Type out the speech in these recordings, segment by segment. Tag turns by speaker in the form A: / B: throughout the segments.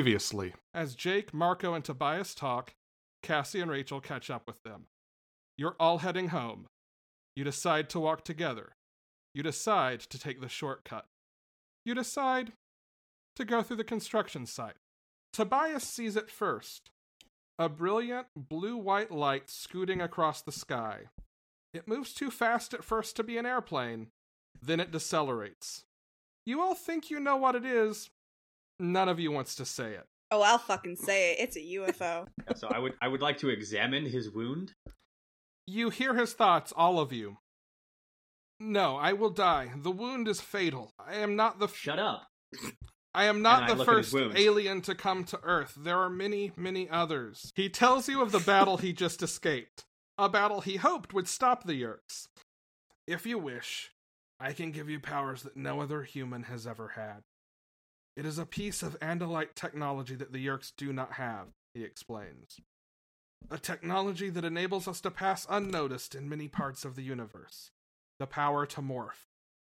A: Previously, as Jake, Marco, and Tobias talk, Cassie and Rachel catch up with them. You're all heading home. You decide to walk together. You decide to take the shortcut. You decide to go through the construction site. Tobias sees it first a brilliant blue white light scooting across the sky. It moves too fast at first to be an airplane, then it decelerates. You all think you know what it is. None of you wants to say it.
B: Oh, I'll fucking say it. It's a UFO.
C: Yeah, so I would I would like to examine his wound.
A: You hear his thoughts, all of you. No, I will die. The wound is fatal. I am not the f-
C: Shut up.
A: I am
C: And
A: not
C: I
A: the
C: look at his
A: first
C: wounds.
A: alien to come to Earth. There are many, many others. He tells you of the battle he just escaped, a battle he hoped would stop the Yerks. If you wish, I can give you powers that no other human has ever had. It is a piece of Andalite technology that the Yerks do not have, he explains. A technology that enables us to pass unnoticed in many parts of the universe. The power to morph.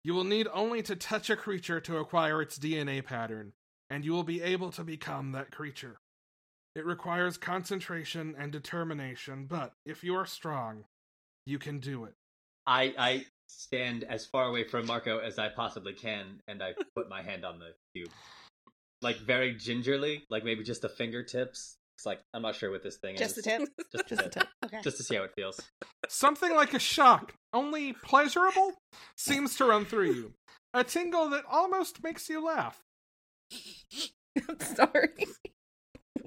A: You will need only to touch a creature to acquire its DNA pattern, and you will be able to become that creature. It requires concentration and determination, but if you are strong, you can do it.
C: I I stand as far away from Marco as I possibly can, and I put my hand on the cube, like very gingerly, like maybe just the fingertips. It's like I'm not sure what this thing
B: Just the
C: is.
B: tip.
C: Just the
D: Just a
C: tip.
D: tip. Okay.
C: Just to see how it feels.
A: Something like a shock, only pleasurable, seems to run through you. A tingle that almost makes you laugh.
D: I'm sorry.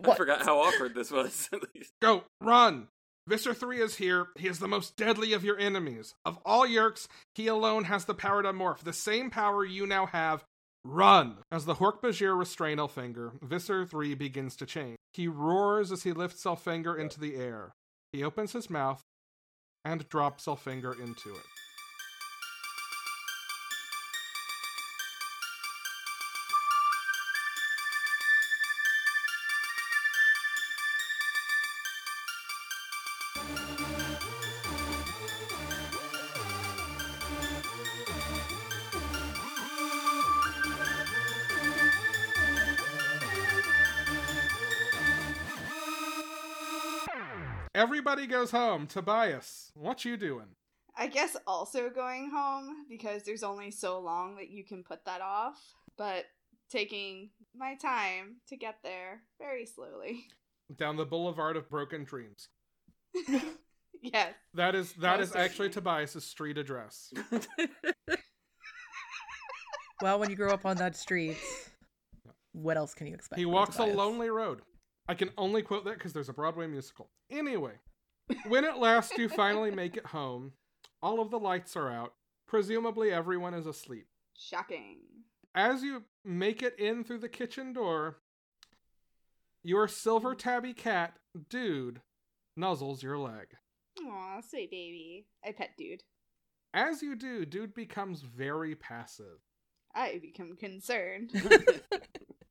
E: I forgot how awkward this was. At least.
A: Go, run! Visser 3 is here. He is the most deadly of your enemies. Of all Yerks, he alone has the power to morph, the same power you now have. Run! As the Hork-Bajir restrain Elfinger, Visser 3 begins to change. He roars as he lifts Elfinger into the air. He opens his mouth and drops Elfinger into it. Everybody goes home. Tobias, what you doing?
B: I guess also going home because there's only so long that you can put that off, but taking my time to get there very slowly.
A: Down the Boulevard of Broken Dreams.
B: yes.
A: That is that
B: That
A: is
B: was a
A: actually
B: shame.
A: Tobias's street address.
D: Well, when you grow up on that street, what else can you expect?
A: He
D: from
A: walks a
D: Tobias?
A: lonely road. I can only quote that because there's a Broadway musical. Anyway, when at last you finally make it home, all of the lights are out. Presumably, everyone is asleep.
B: Shocking.
A: As you make it in through the kitchen door, your silver tabby cat, dude, nuzzles your leg.
B: Aw, sweet baby. I pet dude.
A: As you do, dude becomes very passive.
B: I become concerned.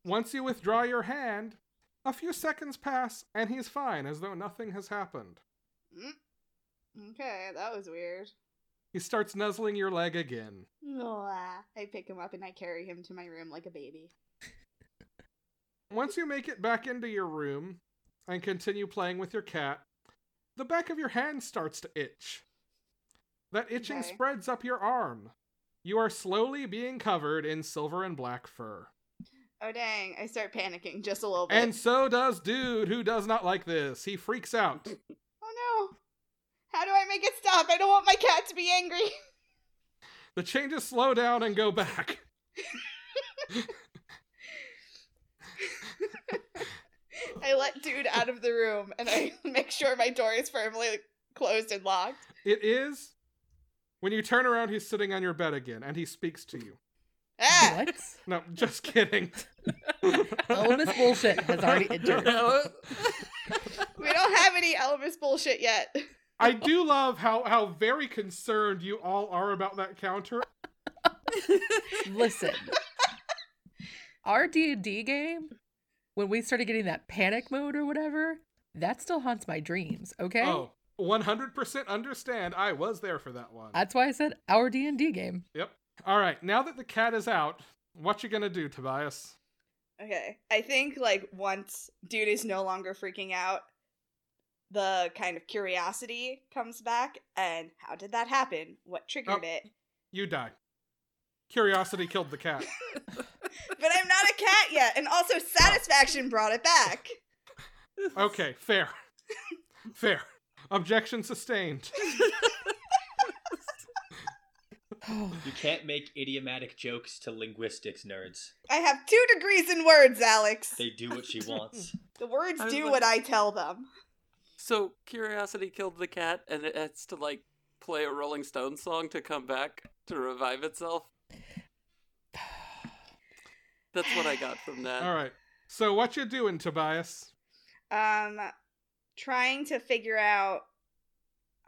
A: Once you withdraw your hand, a few seconds pass and he's fine as though nothing has happened.
B: Mm. okay, that was weird.
A: He starts nuzzling your leg again.
B: Mwah. I pick him up and I carry him to my room like a baby.
A: Once you make it back into your room and continue playing with your cat, the back of your hand starts to itch. That itching
B: Okay.
A: spreads up your arm. You are slowly being covered in silver and black fur.
B: Oh dang, I start panicking just a little bit.
A: And so does Dude, who does not like this. He freaks out.
B: Oh no. How do I make it stop? I don't want my cat to be angry.
A: The changes slow down and go back.
B: I let dude out of the room and I make sure my door is firmly closed and locked.
A: It is. When you turn around, he's sitting on your bed again and he speaks to you.
B: Ah!
D: What?
A: No, just kidding.
D: Elemis bullshit has already entered.
B: We don't have any Elvis bullshit yet.
A: I do love how how very concerned you all are about that counter.
D: Listen, our D and D game, when we started getting that panic mode or whatever, that still haunts my dreams. Okay,
A: Oh, 100% understand. I was there for that one.
D: that's why I said our D and D game.
A: All right, now that the cat is out, what you gonna do, Tobias?
B: Okay. I think like once dude is no longer freaking out, the kind of curiosity comes back and how did that happen? What triggered
A: Oh.
B: it?
A: You die. Curiosity killed the cat.
B: But I'm not a cat yet, and
E: Oh.
B: also satisfaction brought it back.
A: Okay, fair. fair. Objection sustained.
D: Oh,
C: You can't make idiomatic jokes to linguistics nerds.
B: I have two degrees in words, Alex.
C: They do what she wants.
B: The words
E: I was
B: do
E: like-
B: what I tell them.
E: So curiosity killed the cat, and it has to like play a Rolling Stones song to come back to revive itself. That's what I got from that.
A: All right. So what you doing, Tobias?
B: Um, trying to figure out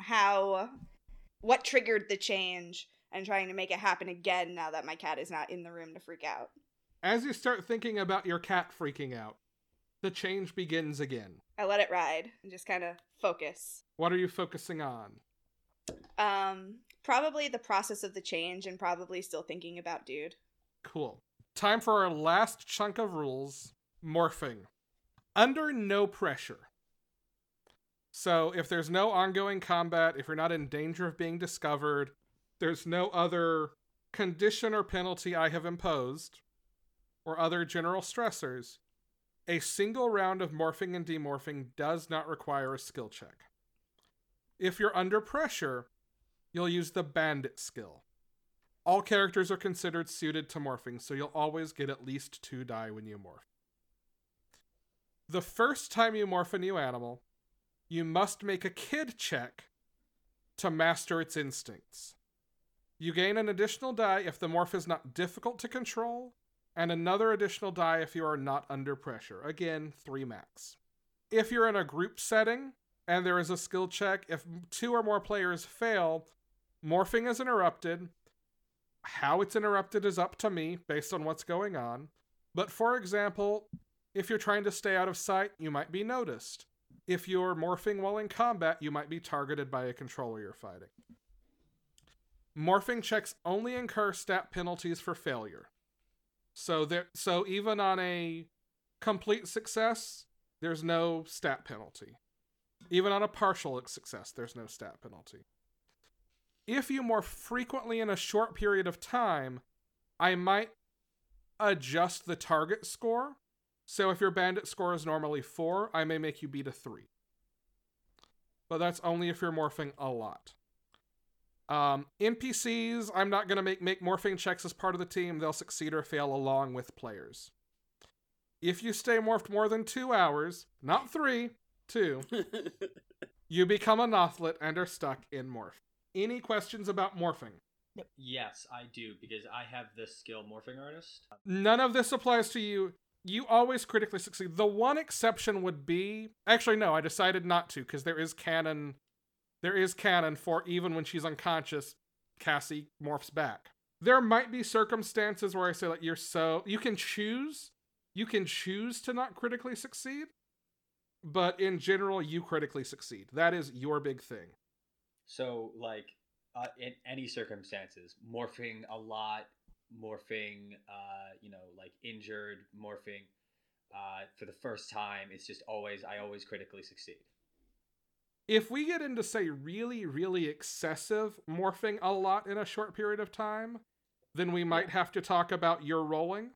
B: how, what triggered the change, and trying to make it happen again now that my cat is not in the room to freak out.
A: As you start thinking about your cat freaking out, the change begins again.
B: I let it ride and just kind of focus.
A: What are you focusing on?
B: Um, probably the process of the change, and probably still thinking about dude.
A: Cool. Time for our last chunk of rules morphing. Under no pressure. So, if there's no ongoing combat, if you're not in danger of being discovered, there's no other condition or penalty I have imposed, or other general stressors, a single round of morphing and demorphing does not require a skill check. If you're under pressure, you'll use the bandit skill. All characters are considered suited to morphing, so you'll always get at least two die when you morph. The first time you morph a new animal, you must make a kid check to master its instincts. You gain an additional die if the morph is not difficult to control, and another additional die if you are not under pressure. Again, three max. If you're in a group setting and there is a skill check, if two or more players fail, morphing is interrupted, how it's interrupted is up to me based on what's going on. But for example, if you're trying to stay out of sight, you might be noticed. If you're morphing while in combat, you might be targeted by a controller you're fighting. Morphing checks only incur stat penalties for failure. So there so even on a complete success, there's no stat penalty. Even on a partial success, there's no stat penalty if you more frequently in a short period of time, I might adjust the target score. So if your bandit score is normally four, I may make you beat a three. But that's only if you're morphing a lot. Um, NPCs, I'm not gonna make make morphing checks as part of the team. They'll succeed or fail along with players. If you stay morphed more than two hours, not three, two, you become a Nothlet and are stuck in morph. Any questions about morphing?
C: yes, I do, because I have this skill, Morphing Artist.
A: None of this applies to you. You always critically succeed. The one exception would be actually no, I decided not to because there is canon there is canon for even when she's unconscious, Cassie morphs back. There might be circumstances where I say like you're so you can choose you can choose to not critically succeed, but in general you critically succeed. That is your big thing.
C: So, like, uh, in any circumstances, morphing a lot, morphing, uh, you know, like injured, morphing uh, for the first time, it's just always, I always critically succeed.
A: if we get into say really really excessive morphing a lot in a short period of time then we might have to talk about your rolling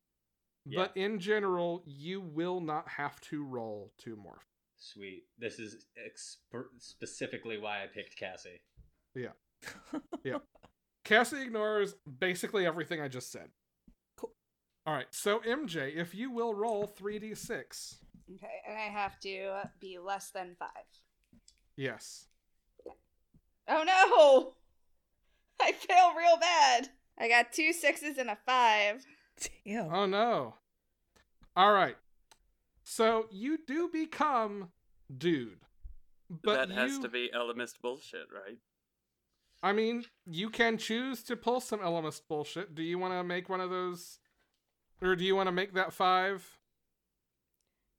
A: but in general you will not have to roll to morph
C: Sweet. This is exp- specifically why I picked Cassie.
A: cassie ignores basically everything i just said
D: Cool.
A: all right so mj if you will roll 3d6
B: Okay, and I have to be less than five.
A: yes
B: Oh no! I fail real bad. I got two sixes and a five.
D: Damn.
A: Oh no. All right. So you do become dude. But
E: that has
A: you-
E: to be Elemist bullshit, right?
A: I mean, you can choose to pull some Elemis bullshit. Do you want to make one of those or do you want to make that 5?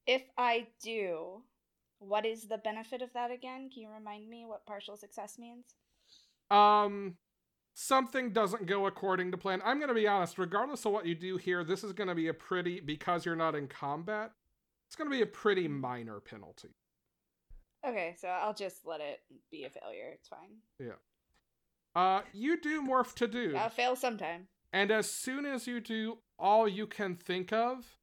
B: If I do, what is the benefit of that again? Can you remind me what partial success means?
A: Um something doesn't go according to plan. I'm going to be honest, regardless of what you do here, this is going to be a pretty, because you're not in combat, it's going to be a pretty minor penalty.
B: Okay, so I'll just let it be a failure. It's fine.
A: Uh, you do morph to dude,
B: I'll fail sometime.
A: and as soon as you do, all you can think of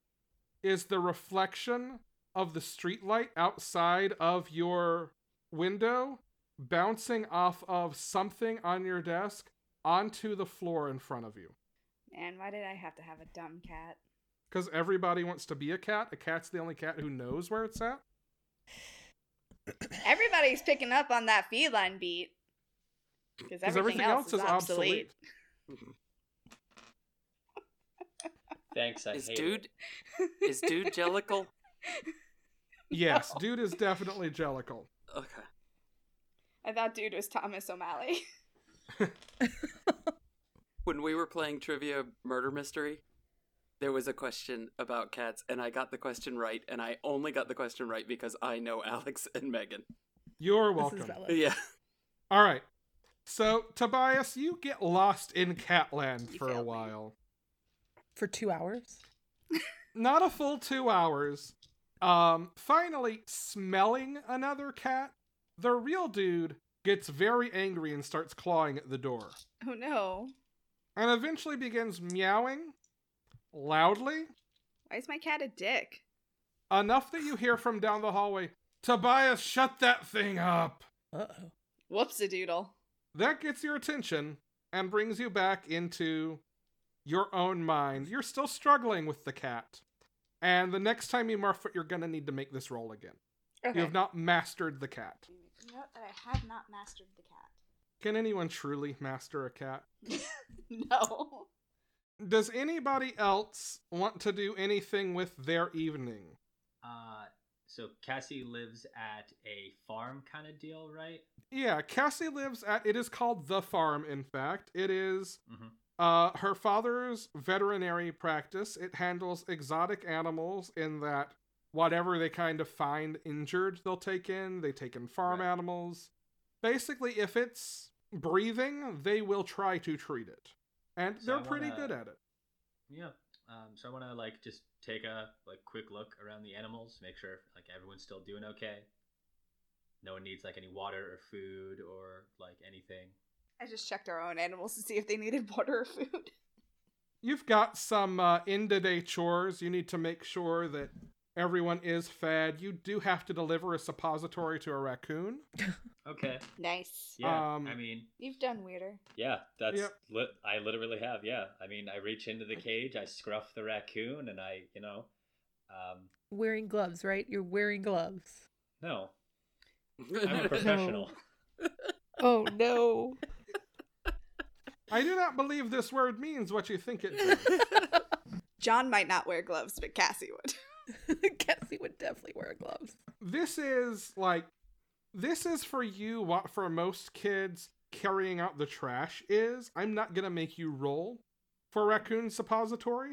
A: is the reflection of the streetlight outside of your window bouncing off of something on your desk onto the floor in front of you.
B: Man, why did I have to have a dumb cat?
A: Because everybody wants to be a cat. A cat's the only cat who knows where it's at.
B: Everybody's picking up on that feline beat. Because
A: Because everything, else, is obsolete.
C: Thanks, I
E: Is
C: hate
E: dude
C: it.
E: is dude Jellicle?
A: yes, dude is definitely Jellicle.
E: Okay.
B: I thought dude was Thomas O'Malley.
E: When we were playing trivia murder mystery, there was a question about cats, and I got the question right, and I only got the question right because I know Alex and Megan.
A: You're
D: This is
A: welcome.
D: Bella.
E: Yeah.
A: All right. So, Tobias, you get lost in Catland
B: You
A: for a
B: failed me.
A: while.
D: For two hours?
A: Not a full two hours. Um, finally, smelling another cat, the real dude gets very angry and starts clawing at the door.
B: Oh no.
A: And eventually begins meowing loudly
B: Why is my cat a dick?
A: enough that you hear from down the hallway, Tobias, shut that thing up.
D: Uh oh.
B: Whoops a doodle.
A: That gets your attention and brings you back into your own mind. You're still struggling with the cat. And the next time you morph it, you're going to need to make this roll again. You have not mastered the cat.
B: Note that I have not mastered the cat.
A: Can anyone truly master a cat?
B: No.
A: Does anybody else want to do anything with their evening?
C: Uh, so Cassie lives at a farm kind of deal, right?
A: Yeah, Cassie lives at, it is called The Farm, in fact. It is
C: Mm-hmm.
A: Uh, her father's veterinary practice. It handles exotic animals in that whatever they kind of find injured, they'll take in. They take in farm
C: Right.
A: animals. Basically, if it's breathing, they will try to treat it, and
C: So I
A: they're pretty
C: wanna-
A: good at it.
C: Yeah. Um, so I want to like just take a like quick look around the animals, make sure like everyone's still doing okay. No one needs like any water or food or like anything.
B: I just checked our own animals to see if they needed water or food.
A: You've got some uh, end of day chores. You need to make sure that everyone is fed. You do have to deliver a suppository to a raccoon.
C: Okay.
B: Nice.
C: Yeah.
A: Um,
C: I mean,
B: You've done weirder.
C: yeah. That's
A: Yep.
C: lit. I literally have. Yeah. I mean, I reach into the cage, I scruff the raccoon, and I, you know, um,
D: Wearing gloves, right? You're wearing gloves.
C: no, I'm a professional.
D: Oh no.
A: I do not believe this word means what you think it does.
B: John might not wear gloves, but Cassie would.
D: Cassie would definitely wear gloves.
A: this is like this is for you what for most kids carrying out the trash is i'm not gonna make you roll for raccoon suppository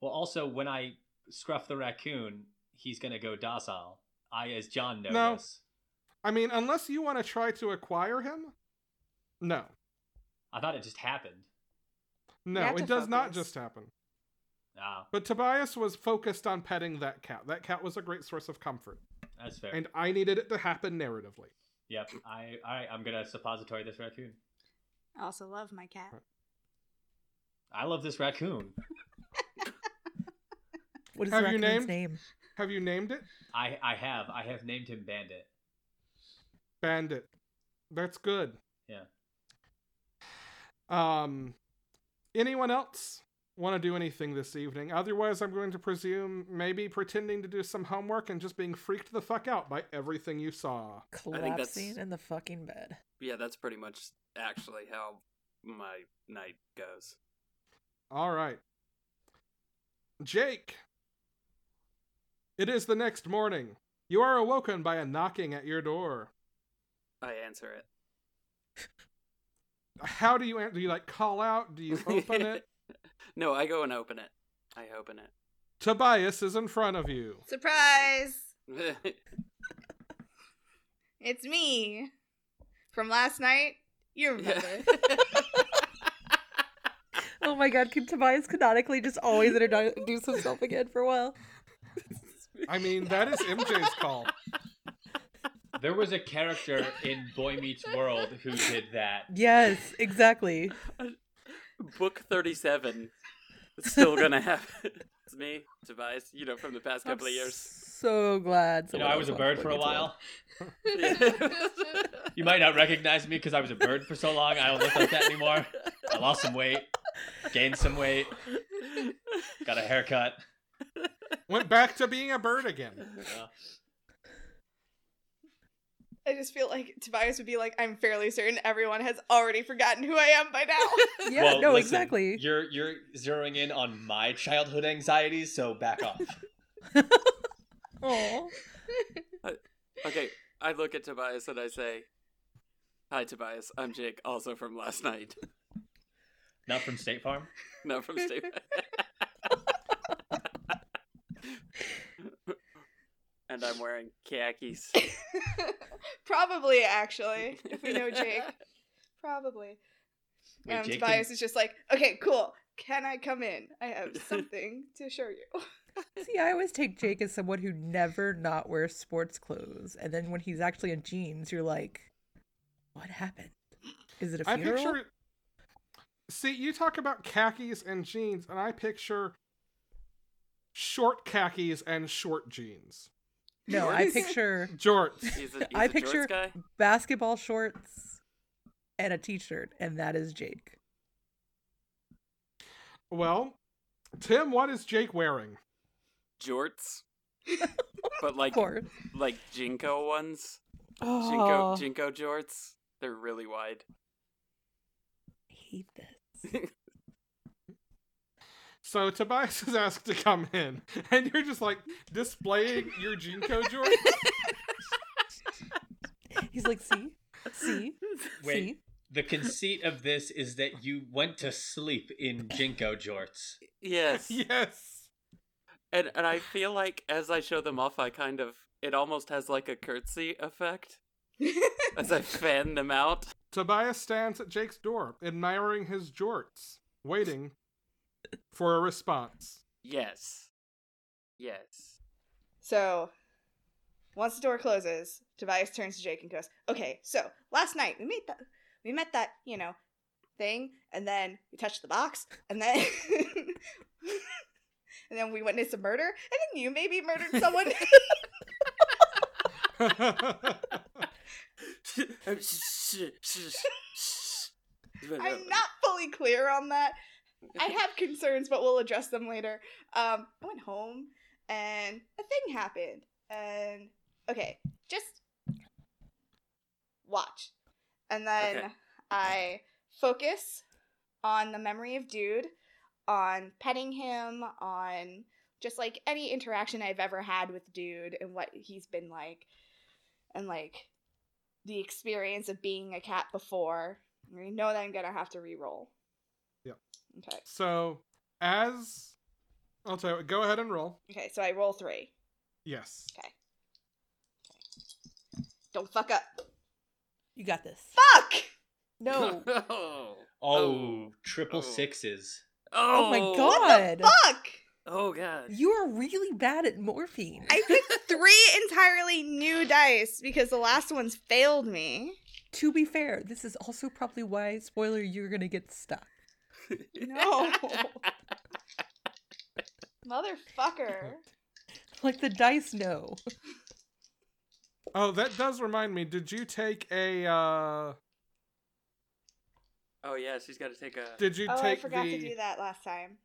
C: Well, also when I scruff the raccoon, he's gonna go docile. I, as John knows.
A: No. i mean unless you want to try to acquire him no
C: I thought it just happened.
A: no
B: have
A: it
B: to
A: does not
B: focus.
A: just happen
C: Ah,
A: but tobias was focused on petting that cat that cat was a great source of comfort
C: that's fair.
A: and i needed it to happen narratively
C: Yep. I all right. I'm gonna suppository this raccoon.
B: I also love my cat.
C: I love this raccoon.
D: What is
A: Have
D: the
A: you
D: raccoon's
A: named-
D: name?
A: have you named it
C: I I have I have named him Bandit.
A: bandit that's good
C: Yeah.
A: Um, anyone else want to do anything this evening? Otherwise, I'm going to presume maybe pretending to do some homework and just being freaked the fuck out by everything you saw.
E: think that's-
D: Collapsing in the fucking bed.
E: yeah, that's pretty much actually how my night goes.
A: All right. Jake. It is the next morning. You are awoken by a knocking at your door.
E: I answer it.
A: How do you an- do you like call out? Do you open it?
E: no, I go and open it. I open
A: Tobias is in front of you.
B: Surprise!
E: it.
B: It's me. From last night? You remember.
D: Oh my god, can Tobias canonically just always introduce himself again for a while?
A: I mean, that is MJ's call.
C: There was a character in Boy Meets World who did that.
D: Yes, exactly.
E: Book 37. It's still going to happen. It's me, Tobias, you know, from the past couple of years.
D: So glad.
C: You know, I was a bird for a while.
E: Yeah.
C: You might not recognize me because I was a bird for so long. I don't look like that anymore. I lost some weight, gained some weight, got a haircut.
A: Went back to being a bird again.
C: you know.
B: I just feel like Tobias would be like, I'm fairly certain everyone has already forgotten who I am by now.
D: Yeah,
C: Well,
D: no,
C: listen,
D: exactly.
C: You're you're zeroing in on my childhood anxieties, so back off.
D: Aw.
E: Okay, I look at Tobias and I say, Hi, Tobias. I'm Jake, also from last night.
C: Not from State Farm.
E: Not from State. and I'm wearing khakis.
B: Probably, actually, if we know Jake. Probably.
C: Wait,
B: um,
C: Jake
B: Tobias
C: didn't-
B: is just like, okay, cool. Can I come in? I have something to show you.
D: See, I always take Jake as someone who never not wears sports clothes, and then when he's actually in jeans, you're like, "What happened? Is it a
A: I
D: funeral?"
A: picture. See, you talk about khakis and jeans, and I picture short khakis and short jeans.
D: No, I
B: Jorts.
D: picture
A: Jorts.
E: He's a, he's
D: I
E: a
D: picture-
E: jorts guy.
D: basketball shorts and a t-shirt, and that is Jake.
A: Well, Tim, what is Jake wearing?
E: Jorts. but like
D: Of course.
E: like Jinko ones. Jinko
D: Oh,
E: Jinko jorts. They're really wide.
D: I hate this.
A: So Tobias is asked to come in, and you're just like displaying your Jinko jorts.
D: He's like, "See, see,
C: Wait,
D: see."
C: the conceit of this is that you went to sleep in Jinko jorts.
E: Yes.
A: yes.
E: And and I feel like as I show them off I kind of it almost has like a curtsy effect as I fan them out.
A: Tobias stands at Jake's door, admiring his jorts, waiting for a response.
E: Yes. Yes.
B: So, once the door closes, Tobias turns to Jake and goes, "Okay, so last night we made that we met that you know thing, and then we touched the box, and then and then we witnessed a murder, and then you maybe murdered someone." I'm not fully clear on that. I have concerns, but we'll address them later. Um, I went home and a thing happened. And okay, just watch. And then
E: Okay.
B: I focus on the memory of dude, on petting him, on just like any interaction I've ever had with dude and what he's been like. And like the experience of being a cat before. I know that I'm gonna have to re-roll.
A: Yep.
B: Okay.
A: so, as I'll tell you, go ahead and roll.
B: Okay, so I roll three.
A: Yes.
B: Don't fuck up.
D: You got this.
B: Fuck!
D: No.
E: oh.
C: Oh, triple
E: Oh.
C: sixes.
D: Oh my
B: What the
D: God.
B: fuck!
E: Oh god.
D: You are really bad at morphine.
B: I picked three entirely new dice because the last ones failed me.
D: to be fair, this is also probably why, spoiler, you're gonna get stuck.
B: No. Motherfucker.
D: Like the dice know.
A: Oh, that does remind me. Did you take a? uh
E: Oh yeah, she's got to take a.
A: Did you
B: Oh, I
A: take
B: forgot
A: the?
B: to do that last time.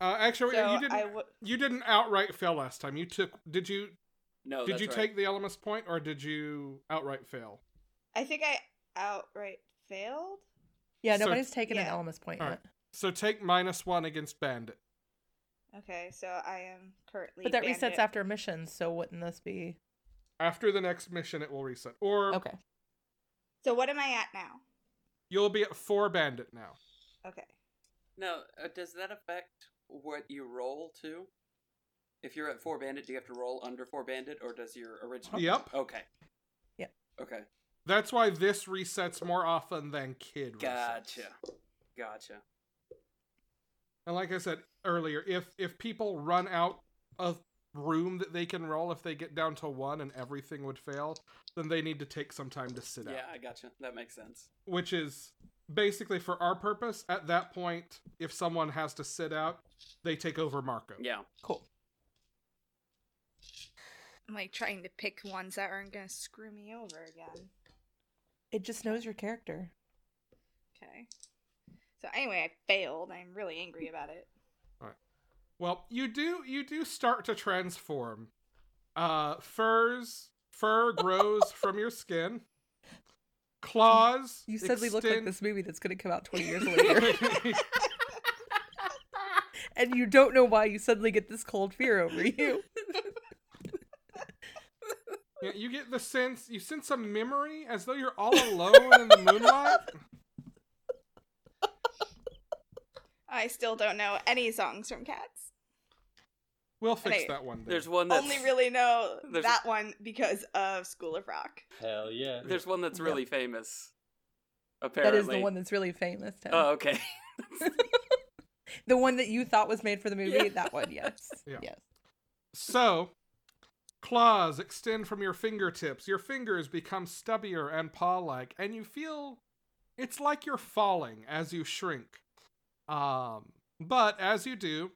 A: Uh, actually,
B: So
A: you didn't.
B: I w-
A: You didn't outright fail last time. You took. Did you?
E: no.
A: did
E: Oh, that's
A: you
E: right.
A: take the elements point or did you outright fail?
B: I think I outright failed.
D: Yeah,
A: So-
D: nobody's taken an
B: Yeah.
D: Elemis point
A: All
D: yet.
A: right. So take minus one against bandit.
B: Okay, so I am currently.
D: But that resets
B: bandit.
D: after a mission, so wouldn't this be
A: After the next mission, it will reset, or
D: Okay.
B: So what am I at now?
A: you'll be at four bandit now.
B: Okay.
E: Now, uh, does that affect what you roll too? If you're at four bandit, do you have to roll under four bandit, or does your original?
A: Yep.
E: Okay.
D: Yep.
E: Okay.
A: That's why this resets more often than kid. resets.
E: Gotcha. Gotcha.
A: And like I said earlier, if if people run out of room that they can roll, if they get down to one and everything would fail, then they need to take some time to sit out.
E: Yeah, I gotcha. That makes sense.
A: Which is basically for our purpose. At that point, if someone has to sit out, they take over Marco.
E: Yeah.
D: Cool.
B: I'm like trying to pick ones that aren't gonna screw me over again.
D: It just knows your character.
B: Okay. So anyway, I failed. I'm really angry about it.
A: Well, you do you do start to transform. Uh furs fur grows from your skin. Claws
D: You said we look like this movie that's going to come out 20 years later.
A: this
D: and you don't know why you suddenly get this cold fear over you.
A: Yeah, you get the sense you sense a memory as though you're all alone in the moonlight.
B: I still don't know any songs from Cats.
A: We'll fix
B: Hey,
A: that one day.
E: There's one that's
B: Only really know
E: there's-
B: that one because of School of Rock.
C: Hell yeah.
E: there's one that's really famous.
D: That
E: Apparently.
D: is the one that's really famous. Tim.
E: Oh, okay.
D: the one that you thought was made for the movie.
E: Yeah.
D: That one, yes.
A: Yeah.
D: Yes.
A: So, claws extend from your fingertips. Your fingers become stubbier and paw like, and you feel it's like you're falling as you shrink. Um, but as you do,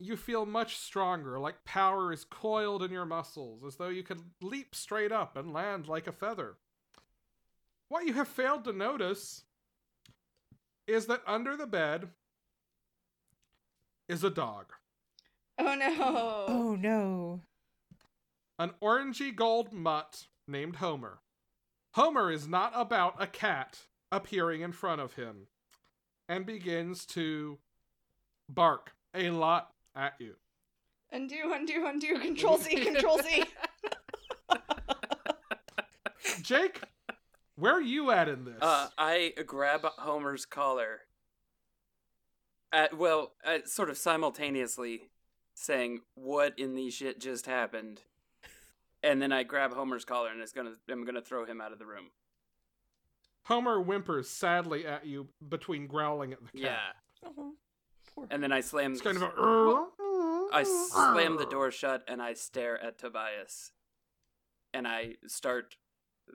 A: you feel much stronger, like power is coiled in your muscles, as though you could leap straight up and land like a feather. What you have failed to notice is that under the bed is a dog.
B: Oh no.
D: Oh no.
A: an orangey gold mutt named Homer. Homer is not about a cat appearing in front of him and begins to bark a lot at you.
B: Undo, undo, undo. Control Z, Control Z.
A: Jake, where are you at in this?
E: Uh, I grab Homer's collar. At, well, at, sort of simultaneously saying, What in the shit just happened? And then I grab Homer's collar and it's gonna, I'm going to throw him out of the room.
A: Homer whimpers sadly at you between growling at the cat.
E: Yeah.
D: Oh, poor.
E: Uh-huh. And then I slam,
A: It's kind of a.
E: I slam the door shut and I stare at Tobias. And I start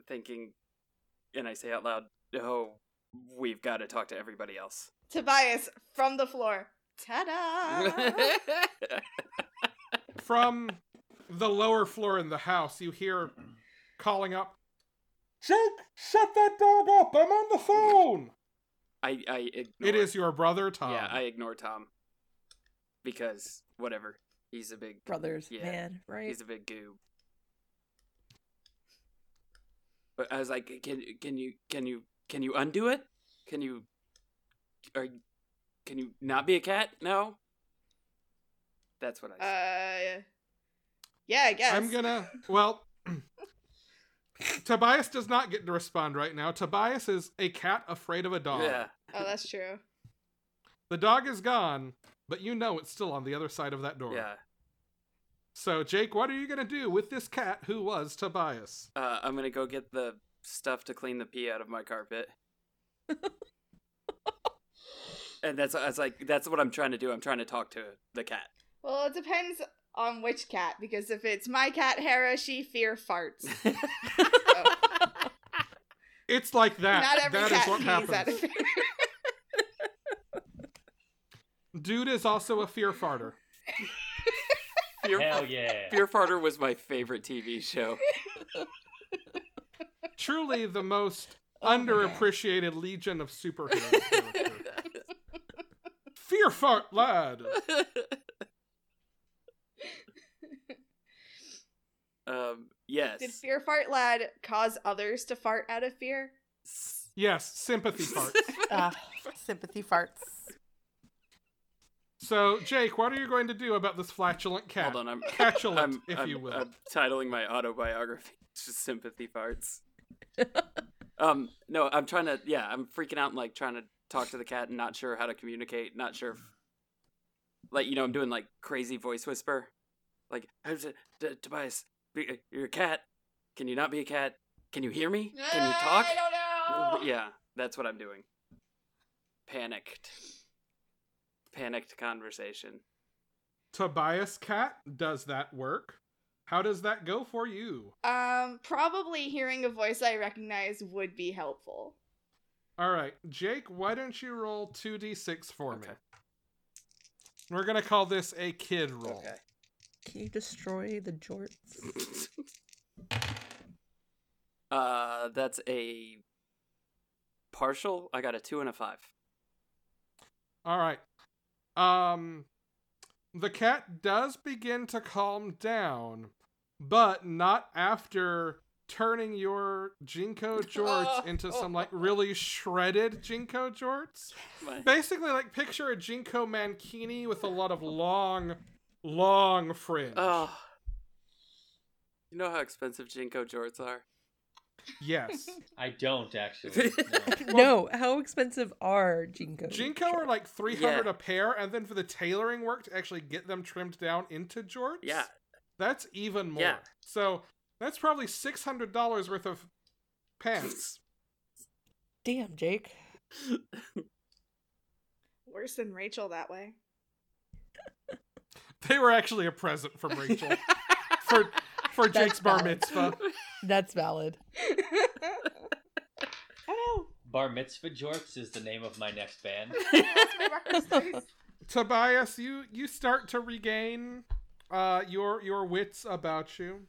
E: thinking, and I say out loud, Oh, we've got to talk to everybody else.
B: Tobias from the floor. Ta-da!
A: From the lower floor in the house, you hear calling up Jake, shut that dog up! I'm on the phone!
E: I, I ignore
A: It is your brother, Tom.
E: Yeah, I ignore Tom because whatever. He's a big
D: brothers,
E: Yeah.
D: man, right?
E: he's a big goob. But I was like, can can you can you can you undo it? Can you are you- can you not be a cat now? That's what I said.
B: Uh, yeah, I guess.
A: I'm gonna. Well, Tobias does not get to respond right now. Tobias is a cat afraid of a dog.
E: yeah.
B: Oh, that's true.
A: The dog is gone, but you know it's still on the other side of that door.
E: Yeah.
A: So, Jake, what are you gonna do with this cat who was Tobias?
E: Uh, I'm going to go get the stuff to clean the pee out of my carpet. and that's I was like that's what I'm trying to do. I'm trying to talk to the cat.
B: Well, it depends on which cat, because if it's my cat Hera, she fear farts.
A: It's like that.
B: Not every
A: That is
B: cat
A: what
B: pees
A: happens.
B: out of
A: Dude is also a fear farter.
E: Fear-
C: Hell yeah.
E: Fear Farter was my favorite TV show.
A: Truly the most
D: Oh my God.
A: underappreciated legion of superheroes. character. fear fart, lad.
E: um, yes.
B: Did fear fart lad cause others to fart out of fear?
A: Yes, sympathy fart.
D: Ah, sympathy farts.
A: So, Jake, what are you going to do about this flatulent cat?
E: Hold on, I'm
A: Flatulent,
E: I'm,
A: if
E: I'm-
A: you will.
E: I'm titling my autobiography. It's just sympathy farts. um, no, I'm trying to. Yeah, I'm freaking out and like trying to talk to the cat and not sure how to communicate. Not sure. If, like you know, I'm doing like crazy voice whisper. Like, how's it, T- Tobias? be- uh, You're a cat. Can you not be a cat? Can you hear me? Can you talk?
B: I
E: Oh.
B: don't know.
E: Yeah, that's what I'm doing. Panicked. panicked conversation.
A: Tobias Cat, does that work? How does that go for you?
B: Um, probably hearing a voice I recognize would be helpful.
A: All right, Jake, why don't you roll 2d6 for me? We're going to call this a kid roll.
E: Okay.
D: Can you destroy the jorts?
E: uh, that's a partial. I got a two and a five.
A: All right. Um the cat does begin to calm down, but not after turning your Jinko jorts
B: Oh.
A: into some like really shredded Jinko jorts.
E: My-
A: Basically like picture a Jinko mankini with a lot of long long fringe.
E: oh, you know how expensive Jinko jorts are.
A: Yes.
C: I don't actually. no.
D: no, how expensive are Jinko?
A: Jinko are like 300
E: Yeah.
A: a pair and then for the tailoring work to actually get them trimmed down into jorts.
E: Yeah,
A: That's even more.
E: Yeah.
A: So that's probably six hundred dollars worth of pants.
D: Damn, Jake.
B: Worse than Rachel that way.
A: they were actually a present from Rachel for for
D: That's
A: Jake's bar
D: valid.
A: mitzvah.
D: That's valid.
B: oh
C: Bar Mitzvah Jorts is the name of my next band.
B: no! That's my reference place.
A: Tobias, you you start to regain uh your your wits about you.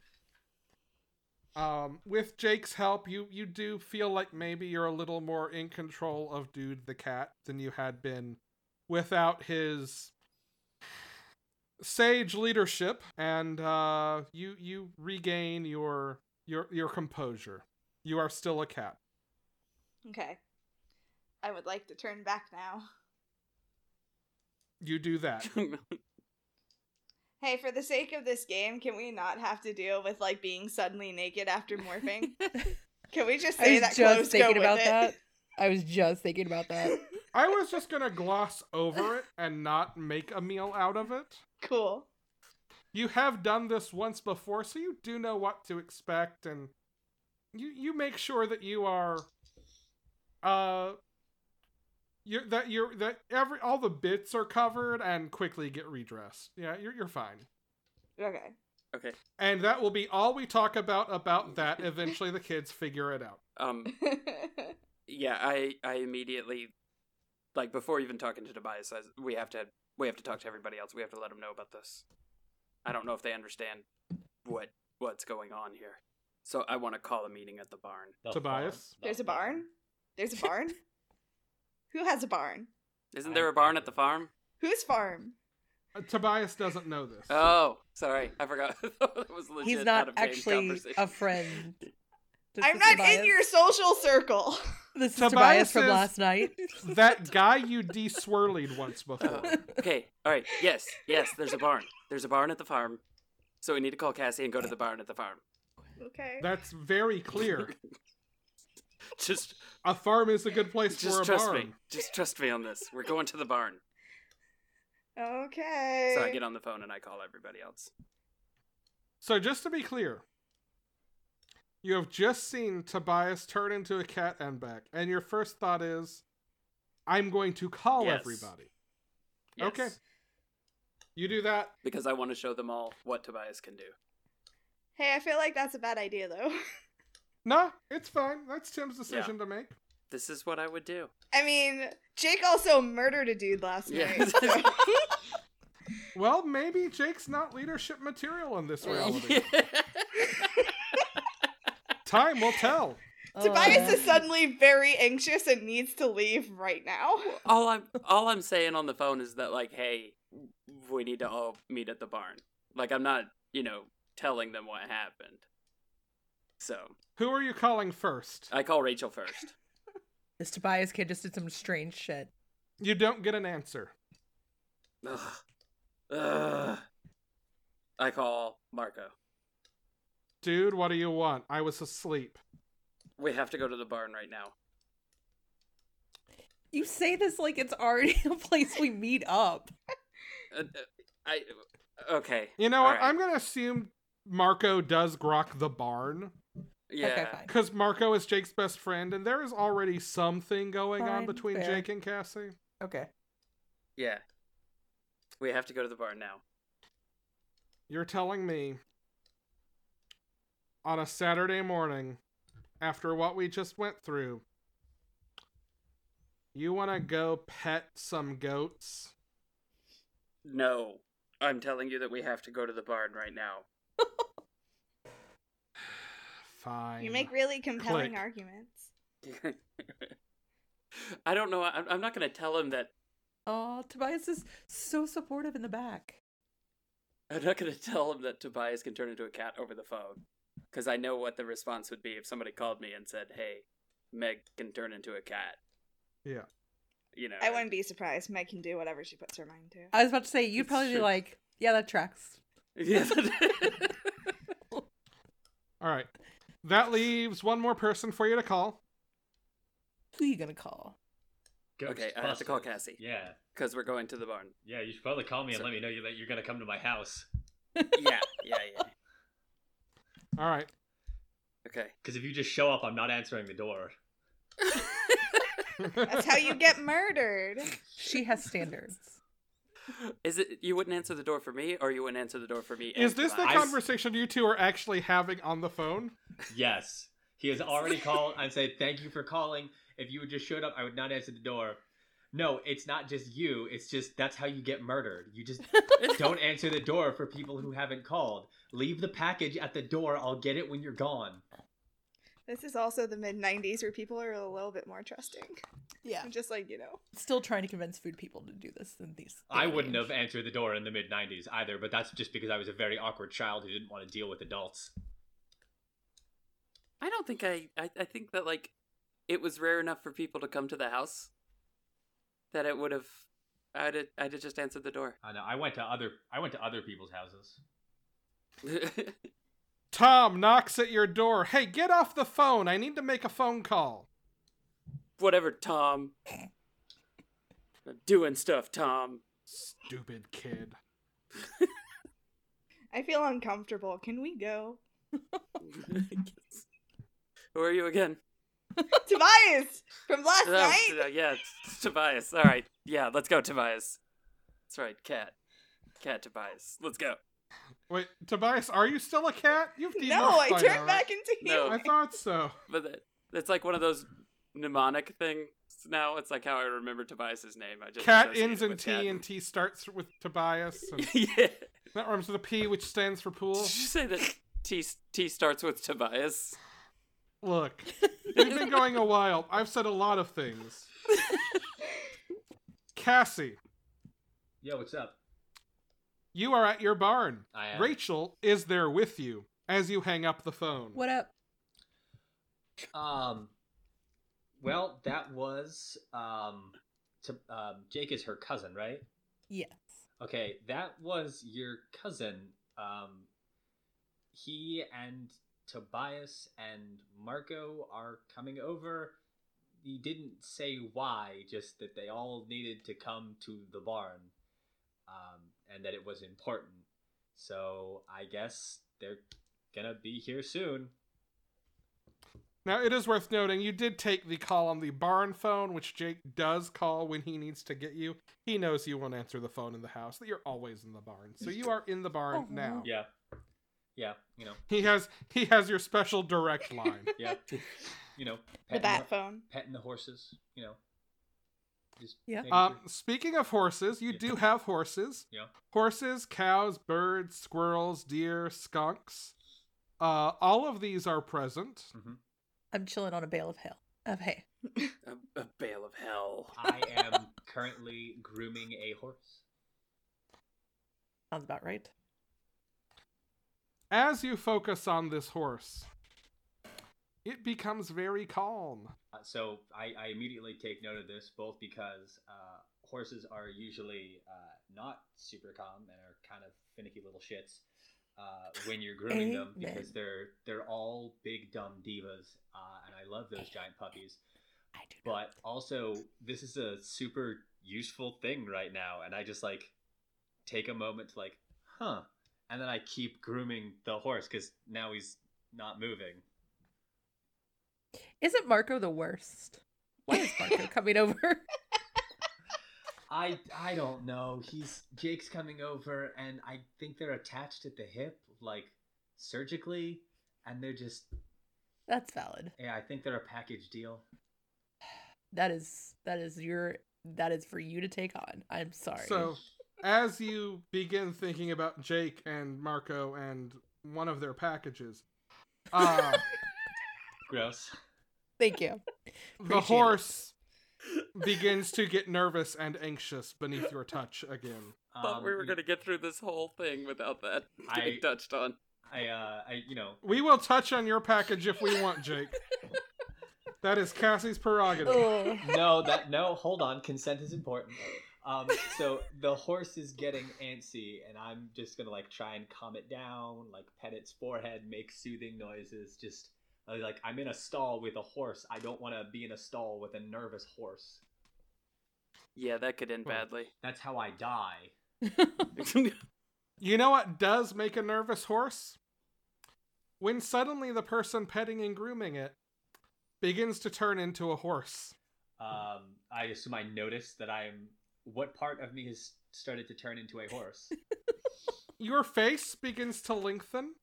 A: Um, with Jake's help, you you do feel like maybe you're a little more in control of Dude the Cat than you had been without his sage leadership, and uh, you you regain your your your composure. You are still a cat.
B: Okay. I would like to turn back now.
A: You do that.
B: Hey, for the sake of this game, can we not have to deal with like being suddenly naked after morphing? can we just say
D: I
B: that
D: was just
B: clothes
D: thinking
B: go
D: about
B: with
D: that. I was just thinking about that.
B: it?
A: I was just gonna gloss over it and not make a meal out of it.
B: cool.
A: you have done this once before, so you do know what to expect, and you you make sure that you are, uh, you're that you're that every all the bits are covered and quickly get redressed. Yeah, you're you're fine,
B: Okay.
E: okay.
A: and that will be all we talk about about that. Eventually, the kids figure it out.
E: Um. yeah i i immediately like before even talking to tobias I, we have to we have to talk to everybody else we have to let them know about this i don't know if they understand what what's going on here so i want to call a meeting at the barn
C: The
A: Tobias?
C: farm. The
B: There's a
C: farm.
B: barn? There's a barn? Who has a barn?
E: isn't there a barn at the farm
B: Whose farm?
A: Uh, Tobias doesn't know this.
E: oh sorry i forgot that was legit
D: He's not
E: out-of-game
D: actually
E: conversation.
D: a friend. This
B: I'm
D: is
B: not
D: Tobias-
B: in your social circle.
D: This is
A: Tobias
D: Tobias from
A: is-
D: last night.
A: that guy you de-swirlied once before.
E: Oh, okay all right yes yes there's a barn there's a barn at the farm so we need to call cassie and go to the barn at the farm
B: okay.
A: That's very clear.
E: just
A: A farm is a good place for
E: just
A: a
E: trust
A: barn.
E: me just trust me on this we're going to the barn
B: Okay.
E: So I get on the phone and I call everybody else.
A: So just to be clear, you have just seen Tobias turn into a cat and back, and your first thought is, "I'm going to call
E: Yes.
A: everybody." Okay. You do that.
E: Because I want to show them all what Tobias can do.
B: hey, I feel like that's a bad idea though.
A: No, it's fine. That's Tim's decision to make.
E: This is what I would do.
B: I mean, Jake also murdered a dude last
E: Yeah.
B: night. so-
A: Well, maybe Jake's not leadership material in this reality. Time will tell.
B: Tobias
D: Uh,
B: is suddenly very anxious and needs to leave right now.
E: all I'm all I'm saying on the phone is that like, hey, we need to all meet at the barn. Like I'm not, you know, telling them what happened. So
A: Who are you calling first?
E: I call Rachel first.
D: This Tobias kid just did some strange shit.
A: You don't get an answer.
E: Ugh. Ugh. I call Marco.
A: Dude, what do you want? I was asleep.
E: We have to go to the barn right now.
D: You say this like it's already a place we meet up.
E: Uh, uh, I okay.
A: You know
E: All
A: what?
E: right.
A: I'm gonna assume Marco does grok the barn.
E: yeah.
D: Okay, fine.
A: Because Marco is Jake's best friend, and there is already something going on
D: Fine,
A: between
D: fair.
A: Jake and Cassie.
D: Okay.
E: Yeah. We have to go to the bar now.
A: You're telling me on a Saturday morning, after what we just went through, you want to go pet some goats?
E: No, I'm telling you that we have to go to the barn right now.
A: Fine.
B: You make really compelling
A: Click.
B: arguments.
E: I don't know. I'm, I'm not going to tell him that.
D: Oh, Tobias is so supportive in the back.
E: I'm not going to tell him that Tobias can turn into a cat over the phone, because I know what the response would be if somebody called me and said, "Hey, Meg can turn into a cat."
A: Yeah.
E: You know.
B: I wouldn't be surprised. Meg can do whatever she puts her mind to.
D: I was about to say you'd
E: It's
D: probably be
E: true.
D: like, yeah, that tracks.
E: Yeah.
A: All right. That leaves one more person for you to call.
D: Who you gonna call?
E: okay, I have to call
C: Ghostbusters.
E: Cassie
C: Yeah,
E: because we're going to the barn.
C: yeah. You should probably call me and
E: So-
C: let me know you that you're gonna come to my house.
E: Yeah, yeah, yeah.
A: All right.
E: Okay.
C: Because if you just show up, I'm not answering the door.
B: That's how you get murdered.
D: She has standards.
E: Is it you wouldn't answer the door for me, or you wouldn't answer the door for me? and
A: Is this the
E: Tobias?
C: I con-
A: conversation you two are actually having on the phone?
C: Yes, he has already called. I said thank you for calling. If you had just showed up, I would not answer the door. No, it's not just you. It's just that's how you get murdered. You just don't answer the door for people who haven't called. Leave the package at the door. I'll get it when you're gone.
B: This is also the mid 90s where people are a little bit more trusting.
D: Yeah.
B: I'm just like, you know.
D: Still trying to convince food people to do this in these.
C: I
D: day and
C: wouldn't
D: age.
C: have answered the door in the mid 90s either, but that's just because I was a very awkward child who didn't want to deal with adults.
E: I don't think I, I. I think that like, it was rare enough for people to come to the house. That it would have, I'd have, I'd have just answered the door.
C: I know. I went to other I went to other people's houses.
A: Tom knocks at your door. Hey, get off the phone. I need to make a phone call.
E: Whatever, Tom. Doing stuff, Tom.
A: Stupid kid.
B: I feel uncomfortable. Can we go?
E: Who are you again?
B: Tobias from last
E: Oh,
B: night.
E: uh, yeah, it's Tobias. All right, yeah, let's go, Tobias. That's right, cat, cat, Tobias. Let's go.
A: Wait, Tobias, are you still a cat? You've demorphed
B: No, I
A: by
B: turned
A: now, right?
B: back into you.
E: No.
A: I thought so.
E: But that, that's like one of those mnemonic things now. It's like how I remember Tobias's name. I just
A: Cat
E: associate
A: ends
E: it
A: in
E: with
A: T
E: cat.
A: and T starts with Tobias. And
E: yeah.
A: that rhymes with a P, which stands for pool.
E: Did you say that T T starts with Tobias?
A: Look, we've been going a while. I've said a lot of things. Cassie,
C: Yo, what's up?
A: you are at your barn.
C: I uh, am.
A: Rachel is there with you as you hang up the phone.
D: What up?
C: Um, well, that was um, to, um, Jake is her cousin, right?
D: Yes.
C: Okay, that was your cousin. Um, he and Tobias and Marco are coming over. He didn't say why, just that they all needed to come to the barn, um, and that it was important. So I guess they're gonna be here soon.
A: Now, it is worth noting you did take the call on the barn phone, which Jake does call when he needs to get you. He knows you won't answer the phone in the house, that you're always in the barn. So you are in the barn
D: Aw.
A: now.
C: Yeah, yeah, you know,
A: He has he has your special direct line.
C: yeah, you know,
B: the
C: petting
B: bat
C: the,
B: phone.
C: petting the horses, you know. Just
D: Yeah.
C: making
A: Um,
C: sure-
A: speaking of horses, you
C: Yeah.
A: do have horses.
C: Yeah.
A: Horses, cows, birds, squirrels, deer, skunks. Uh, all of these are present.
C: Mhm.
D: I'm chilling on a bale of hay. Of hay.
E: A, a bale of hell.
C: I am currently grooming a horse.
D: Sounds about right.
A: As you focus on this horse, it becomes very calm.
C: Uh, so I, I immediately take note of this, both because uh, horses are usually uh, not super calm and are kind of finicky little shits uh, when you're grooming them
D: Amen.
C: because they're they're all big dumb divas, uh, and I love those giant puppies.
D: I do.
C: But also, this is a super useful thing right now, and I just like take a moment to like, huh, and then I keep grooming the horse because now he's not moving.
D: Isn't Marco the worst? Why is Marco coming over?
C: I I don't know. He's Jake's coming over, and I think they're attached at the hip, like surgically, and they're just.
D: That's valid.
C: Yeah, I think they're a package deal.
D: That is that is your that is for you to take on. I'm sorry.
A: So, as you begin thinking about Jake and Marco and one of their packages, uh,
C: Gross.
D: Thank you.
A: the
D: Appreciate it.
A: horse begins to get nervous and anxious beneath your touch again.
E: Thought we were
C: Um,
E: gonna get through this whole thing without that
C: I-
E: getting touched on.
C: I uh, I you know.
A: We will touch on your package if we want, Jake. That is Cassie's prerogative.
D: Ugh.
C: no, that no. Hold on, consent is important. Um, so the horse is getting antsy, and I'm just gonna like try and calm it down, like pet its forehead, make soothing noises. Just uh, like I'm in a stall with a horse. I don't want to be in a stall with a nervous horse.
E: Yeah, that could end
A: Oh.
E: badly.
C: That's how I die.
D: Oh.
A: You know what does make a nervous horse? When suddenly the person petting and grooming it begins to turn into a horse.
C: Um, I assume I noticed that I'm. What part of me has started to turn into a horse?
A: Your face begins to lengthen.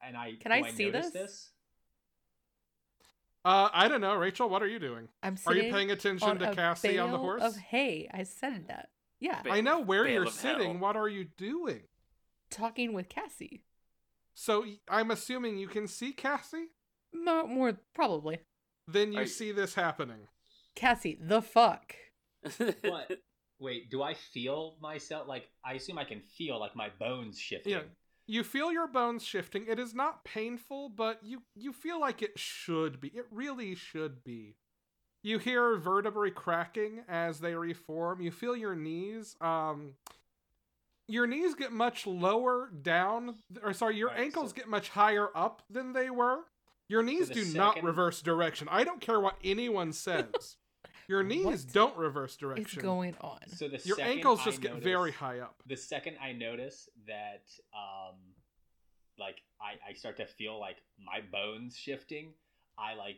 C: And I
D: Can
C: do
D: I see
C: notice
D: this?
A: Uh, I don't know, Rachel. What are you doing?
D: I'm
A: Are
D: sitting
A: you paying attention
D: on
A: to
D: a
A: Cassie on the
D: bale
A: horse?
D: Of hay, I said that. Yeah,
E: Ba-
A: I know where
E: Bale
A: you're
E: of hell.
A: sitting. What are you doing?
D: talking with Cassie.
A: So y- I'm assuming you can see Cassie.
D: Mo- more probably.
A: Then you
E: Are you-
A: see this happening.
D: Cassie, the fuck.
C: What? Wait, do I feel myself? Like I assume I can feel like my bones shifting.
A: Yeah. You feel your bones shifting. It is not painful, but you you feel like it should be. It really should be. You hear vertebrae cracking as they reform. You feel your knees um your knees get much lower down or sorry, your
C: Right, so-
A: ankles get much higher up than they were. Your knees
C: the
A: do not
C: second-
A: reverse direction. I don't care what anyone says. your knees
D: What
A: don't reverse
D: It's
A: direction.
D: going on.
C: So the
A: your
C: second
A: ankles
C: I
A: just get
C: notice-
A: very high up.
C: The second I notice that, um, like I, I start to feel like my bones shifting, I like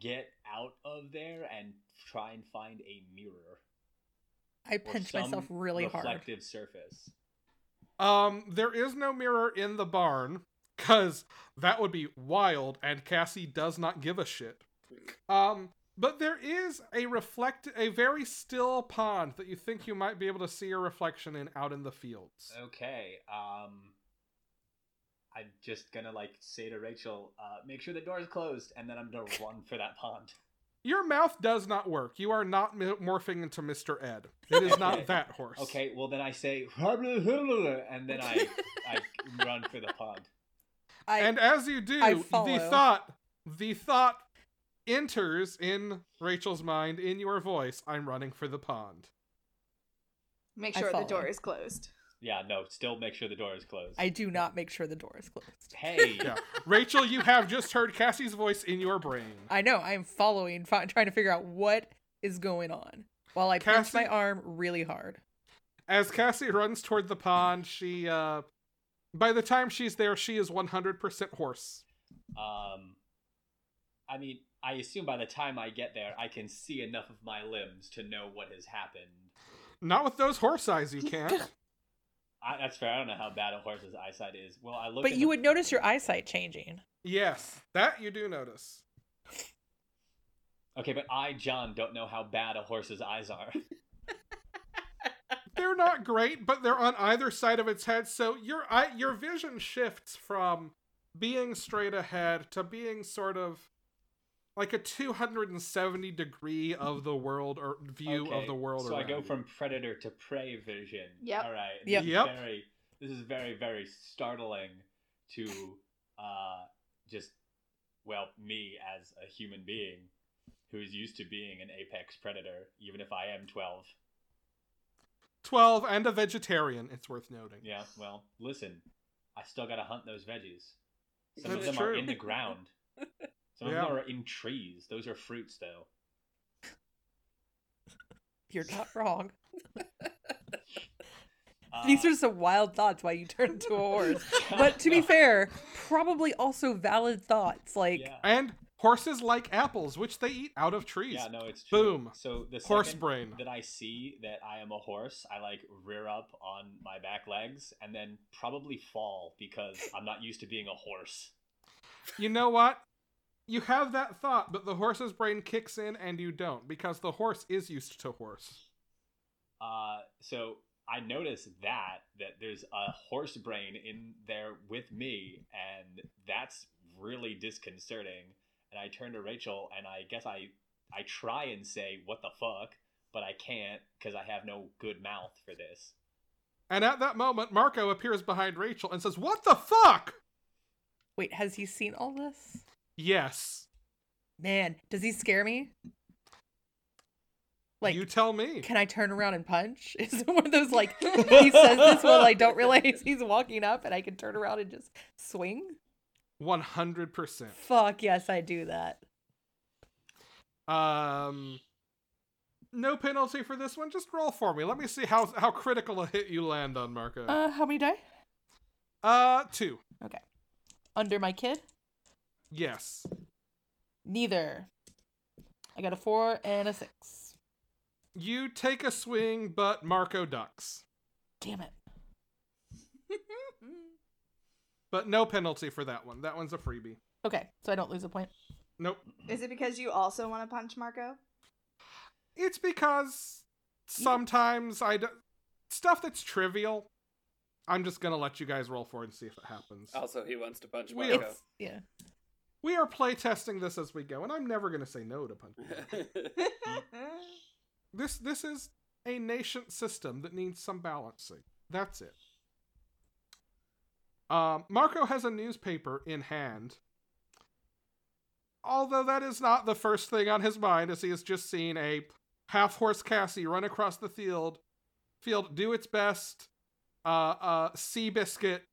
C: get out of there and try and find a mirror
D: I
C: or
D: pinched
C: some
D: myself really hard.
C: reflective surface.
A: Um, there is no mirror in the barn, cause that would be wild, and Cassie does not give a shit. Um, but there is a reflect, a very still pond that you think you might be able to see your reflection in out in the fields.
C: Okay. Um, I'm just gonna like say to Rachel, uh, make sure the door's closed, and then I'm gonna run for that pond.
A: Your mouth does not work. You are not mi- morphing into Mister Ed. It is
C: Okay.
A: not that horse.
C: Okay. Well, then I say, and then I I run for the pond.
D: I
A: and as you do,
D: I
A: the
D: follow.
A: thought, the thought enters in Rachel's mind in your voice. I'm running for the pond.
B: Make
D: I
B: sure the
D: follow.
B: door is closed.
C: Yeah. No. Still make sure the door is closed.
D: I do not make sure the door is closed.
C: Hey.
A: Yeah. Rachel, you have just heard Cassie's voice in your brain.
D: I know. I am following, fi- trying to figure out what is going on while I pinch my
A: Cassie-
D: arm really hard.
A: As Cassie runs toward the pond, she uh by the time she's there, she is 100% horse.
C: Um. I mean, I assume by the time I get there, I can see enough of my limbs to know what has happened.
A: Not with those horse eyes, you can't.
C: I, that's fair. I don't know how bad a horse's eyesight is. Well, I look.
D: But
C: in
D: you
C: the-
D: would notice your eyesight changing.
A: yes, that you do notice.
C: Okay, but I, John, don't know how bad a horse's eyes are.
A: They're not great, but they're on either side of its head, so your eye, your vision shifts from being straight ahead to being sort of like a 270 degree of the world or view
C: Okay,
A: of the world
C: So I
A: around
C: go
A: you.
C: from predator to prey vision.
B: Yep.
C: All right.
D: Yep.
C: This is
A: Yep.
C: very. This is very very startling to uh, just well me as a human being who is used to being an apex predator, even if I am twelve.
A: 12 and a vegetarian, it's worth noting.
C: Yeah. Well, listen, I still gotta hunt those veggies. Some of
A: That's
C: them are
A: true.
C: in the ground. Some
A: Yeah.
C: of them are in trees. Those are fruits, though.
D: You're not wrong.
C: Uh,
D: These are some wild thoughts why you turn into a horse. But to be fair, probably also valid thoughts. Like
C: Yeah.
A: And Horses like apples, which they eat out of trees.
C: Yeah, no, it's true.
A: Boom.
C: So the
A: Horse
C: second
A: brain.
C: that I see that I am a horse, I like rear up on my back legs and then probably fall because I'm not used to being a horse.
A: You know what? You have that thought, but the horse's brain kicks in and you don't because the horse is used to horse.
C: Uh, so I noticed that that there's a horse brain in there with me, and that's really disconcerting. And I turn to Rachel, and I guess I I try and say what the fuck, but I can't because I have no good mouth for this.
A: And at that moment, Marco appears behind Rachel and says, What the fuck?
D: Wait, has he seen all this?
A: Yes.
D: Man, does he scare me? Like,
A: you tell me.
D: can I turn around and punch? Is it one of those like he says this while I don't realize he's walking up and I can turn around and just swing?
A: 100%.
D: Fuck yes, I do that.
A: Um, no penalty for this one. Just roll for me. Let me see how how critical a hit you land on Marco. Uh,
D: Uh, how many die?
A: two.
D: Under my kid?
A: Yes.
D: Neither. I got a four and a six.
A: You take a swing, but Marco ducks.
D: Damn it.
A: But no penalty for that one. That one's a freebie.
D: Okay, so I don't lose a point.
A: Nope.
B: Is it because you also want to punch Marco?
A: It's because sometimes I d- stuff that's trivial. I'm just gonna let you guys roll for it and see if it happens.
E: Also, he wants to punch
A: We are-
E: Marco.
D: Yeah.
A: We are playtesting this as we go, and I'm never gonna say no to punch. this this is a nascent system that needs some balancing. That's it. Um, Marco has a newspaper in hand. Although that is not the first thing on his mind, as he has just seen a half horse Cassie run across the field, field do its best, uh, uh, sea biscuit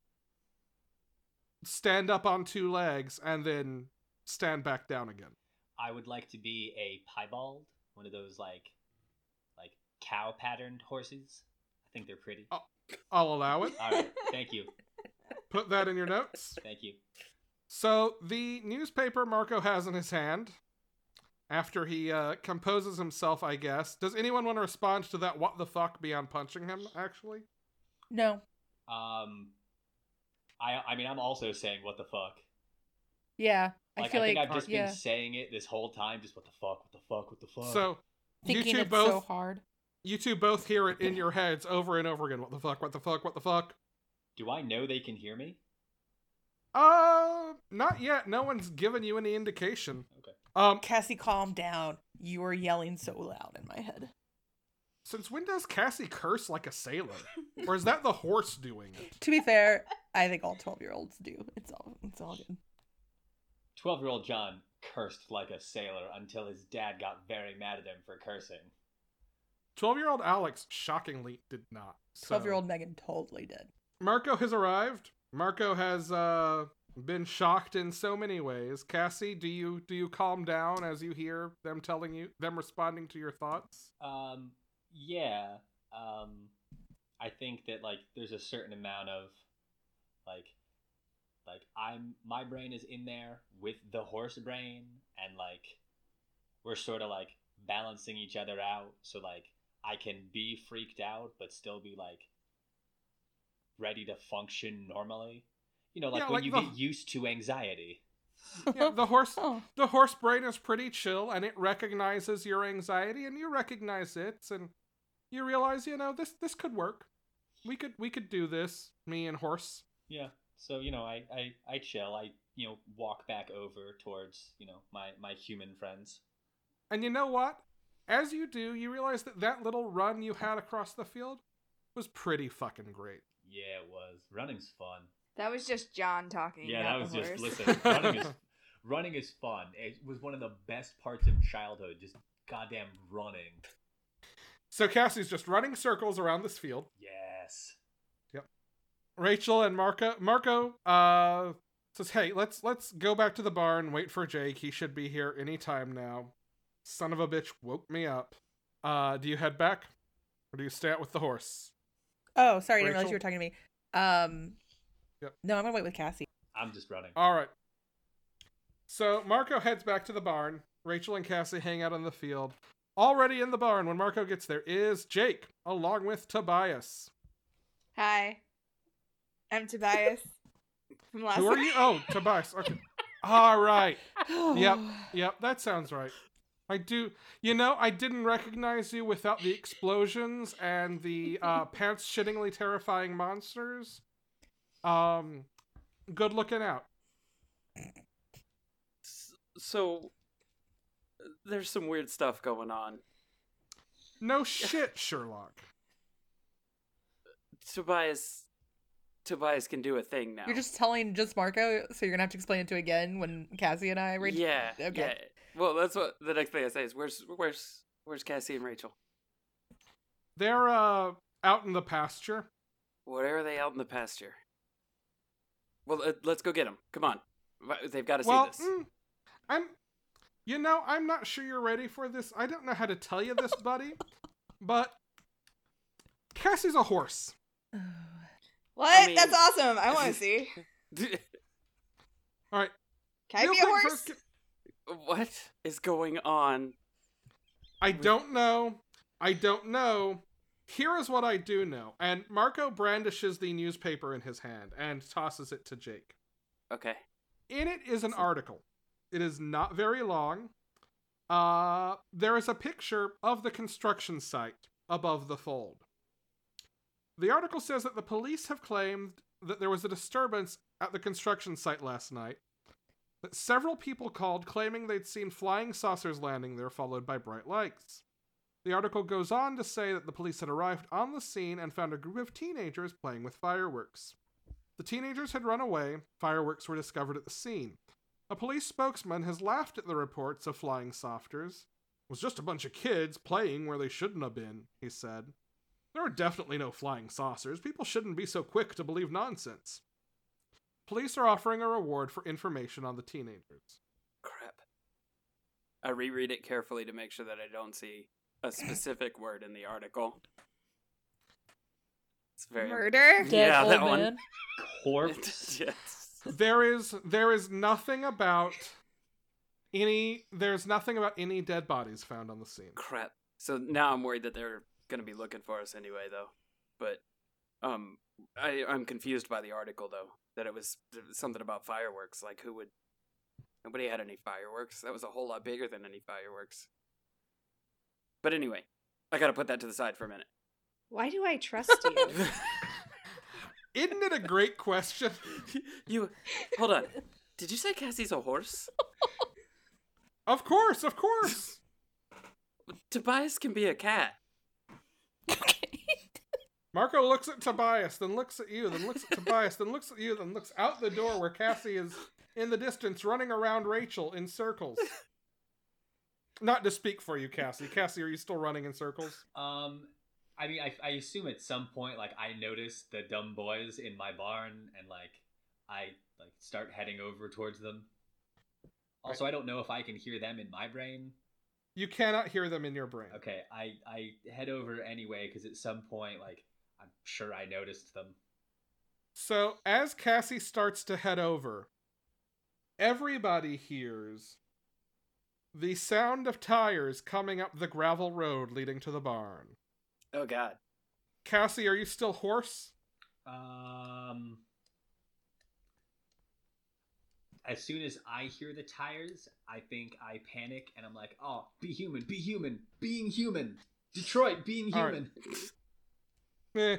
A: stand up on two legs and then stand back down again.
C: I would like to be a piebald, one of those like like cow patterned horses. I think they're pretty.
A: Oh. I'll allow it.
C: All right, thank you,
A: Put that in your notes.
C: thank you.
A: So the newspaper Marco has in his hand, after he uh, composes himself, I guess. Does anyone want to respond to that? What the fuck? Beyond punching him, actually.
D: No.
C: Um, I I mean I'm also saying what the fuck.
D: Yeah.
C: Like I,
D: I feel
C: think
D: like
C: I've just
D: yeah,
C: been saying it this whole time, just what the fuck, what the fuck, what the fuck.
A: So you
D: thinking
A: two
D: it's
A: both,
D: so hard.
A: you two both hear it in your heads over and over again. What the fuck? What the fuck? What the fuck?
C: do I know they can hear me?
A: Uh, not yet. No one's given you any indication.
C: Okay.
A: Um,
D: Cassie, calm down. You are yelling so loud in my head.
A: since when does Cassie curse like a sailor, or is that the horse doing it?
D: To be fair, I think all twelve year olds do. It's all it's all good.
C: Twelve year old John cursed like a sailor until his dad got very mad at him for cursing.
A: Twelve-year-old Alex shockingly did not. so-
D: Twelve year old Megan totally did.
A: Marco has arrived. Marco has uh, been shocked in so many ways. Cassie, do you do you calm down as you hear them telling you them responding to your thoughts?
C: Um, yeah. Um, I think that like there's a certain amount of like like I'm my brain is in there with the horse brain and like we're sort of like balancing each other out so like I can be freaked out but still be like ready to function normally. You know, like
A: Yeah,
C: when
A: like
C: you
A: the-
C: get used to anxiety.
A: Yeah, the horse
D: Oh,
A: the horse brain is pretty chill and it recognizes your anxiety and you recognize it and you realize, you know, this this could work. We could we could do this, me and horse.
C: Yeah. So you know, I I I chill. I you know walk back over towards you know my my human friends.
A: And you know what? As you do, you realize that that little run you had across the field was pretty fucking great.
C: Yeah, it was. Running's fun.
B: That was just John talking.
C: Yeah, that
B: not
C: was
B: the
C: just
B: horse.
C: listen. Running is running is fun. It was one of the best parts of childhood. Just goddamn running.
A: So Cassie's just running circles around this field.
C: Yes.
A: Rachel and Marco Marco uh says, "Hey, let's let's go back to the barn, wait for Jake. He should be here any time now." Son of a bitch woke me up. Uh do you head back or do you stay out with the horse?
D: oh, sorry, I didn't realize
A: Rachel?
D: you were talking to me. Um,
A: Yep.
D: no, I'm gonna wait with Cassie.
C: I'm just running.
A: All right. So Marco heads back to the barn. Rachel and Cassie hang out on the field. Already in the barn when Marco gets there is Jake, along with Tobias.
B: Hi. I'm Tobias. From last
A: Who are you? Oh, Tobias. Okay. All right. Yep. Yep, that sounds right. I do. You know, I didn't recognize you without the explosions and the uh, pants shittingly terrifying monsters. Um, good looking out.
E: S- So uh, there's some weird stuff going on.
A: No shit, Sherlock.
E: Tobias Tobias can do a thing now.
D: You're just telling just Marco, so you're gonna have to explain it to again when Cassie and I read.
E: Yeah.
D: Okay.
E: Yeah. Well, that's what the next thing I say is where's where's where's Cassie and Rachel?
A: They're uh out in the pasture.
E: Where are they out in the pasture? Well, uh, let's go get them. Come on. Wh- They've got to see
A: well,
E: this.
A: mm, I'm. You know, I'm not sure you're ready for this. I don't know how to tell you this, buddy, but Cassie's a horse.
B: What?
E: I mean-
B: That's awesome. I want to see.
A: All right.
B: Can I
A: real
B: be a
A: quick
B: horse?
A: first-
E: what is going on?
A: I don't know. I don't know. Here is what I do know. And Marco brandishes the newspaper in his hand and tosses it to Jake.
E: Okay.
A: In it is an article. It is not very long. Uh, there is a picture of the construction site above the fold. The article says that the police have claimed that there was a disturbance at the construction site last night. That several people called claiming they'd seen flying saucers landing there, followed by bright lights. The article goes on to say that the police had arrived on the scene and found a group of teenagers playing with fireworks. The teenagers had run away, fireworks were discovered at the scene. A police spokesman has laughed at the reports of flying softers. It was just a bunch of kids playing where they shouldn't have been, he said. There are definitely no flying saucers. People shouldn't be so quick to believe nonsense. Police are offering a reward for information on the teenagers.
E: Crap. I reread it carefully to make sure that I don't see a specific word in the article. It's very
B: Murder?
E: Dead Yeah, old that one. man.
C: Corpse.
E: yes.
A: There is there is nothing about any there's nothing about any dead bodies found on the scene.
E: Crap. So now I'm worried that they're going to be looking for us anyway, though. But um, I I'm confused by the article though that it was something about fireworks. Like who would? Nobody had any fireworks. That was a whole lot bigger than any fireworks. But anyway, I got to put that to the side for a minute.
B: Why do I trust you?
A: Isn't it a great question?
E: you hold on. Did you say Cassie's a horse?
A: Of course, of course.
E: Tobias can be a cat.
A: Marco looks at Tobias, then looks at you, then looks at Tobias, then looks at you, then looks out the door where Cassie is in the distance running around Rachel in circles. Not to speak for you, Cassie. Cassie, are you still running in circles?
C: Um, I mean, I, I assume at some point, like, I noticed the dumb boys in my barn, and like, I like start heading over towards them. Also, I don't know if I can hear them in my brain.
A: You cannot hear them in your brain.
C: Okay, I I head over anyway because at some point, like, I'm sure I noticed them.
A: So, as Cassie starts to head over, everybody hears the sound of tires coming up the gravel road leading to the barn.
E: Oh God.
A: Cassie, are you still hoarse?
C: Um, as soon as I hear the tires, I think I panic and I'm like, "Oh, be human, be human, being human, Detroit, being
A: All right.
C: human."
A: Eh.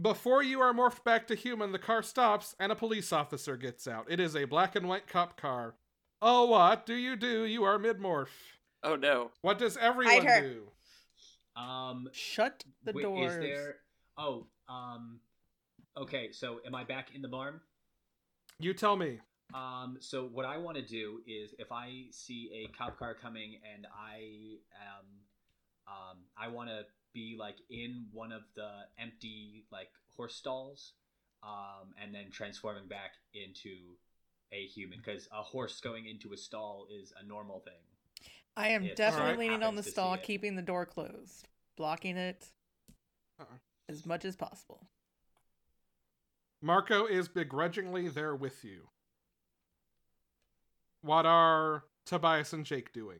A: Before you are morphed back to human, the car stops and a police officer gets out. It is a black and white cop car. Oh, what do you do? You are mid morph.
E: Oh no.
A: What does everyone
B: her.
A: do?
C: Um,
D: Shut the
C: wait,
D: doors.
C: Is there? Oh, um, okay. So, am I back in the barn?
A: You tell me.
C: Um, so what I want to do is if I see a cop car coming and I um um I want to be like in one of the empty like horse stalls um and then transforming back into a human cuz a horse going into a stall is a normal thing.
D: I am
C: Yes.
D: definitely
A: Alright.
D: leaning on the
C: Happens to see
D: stall,
C: it.
D: keeping the door closed, blocking it
A: Uh-uh.
D: as much as possible.
A: Marco is begrudgingly there with you. What are Tobias and Jake doing?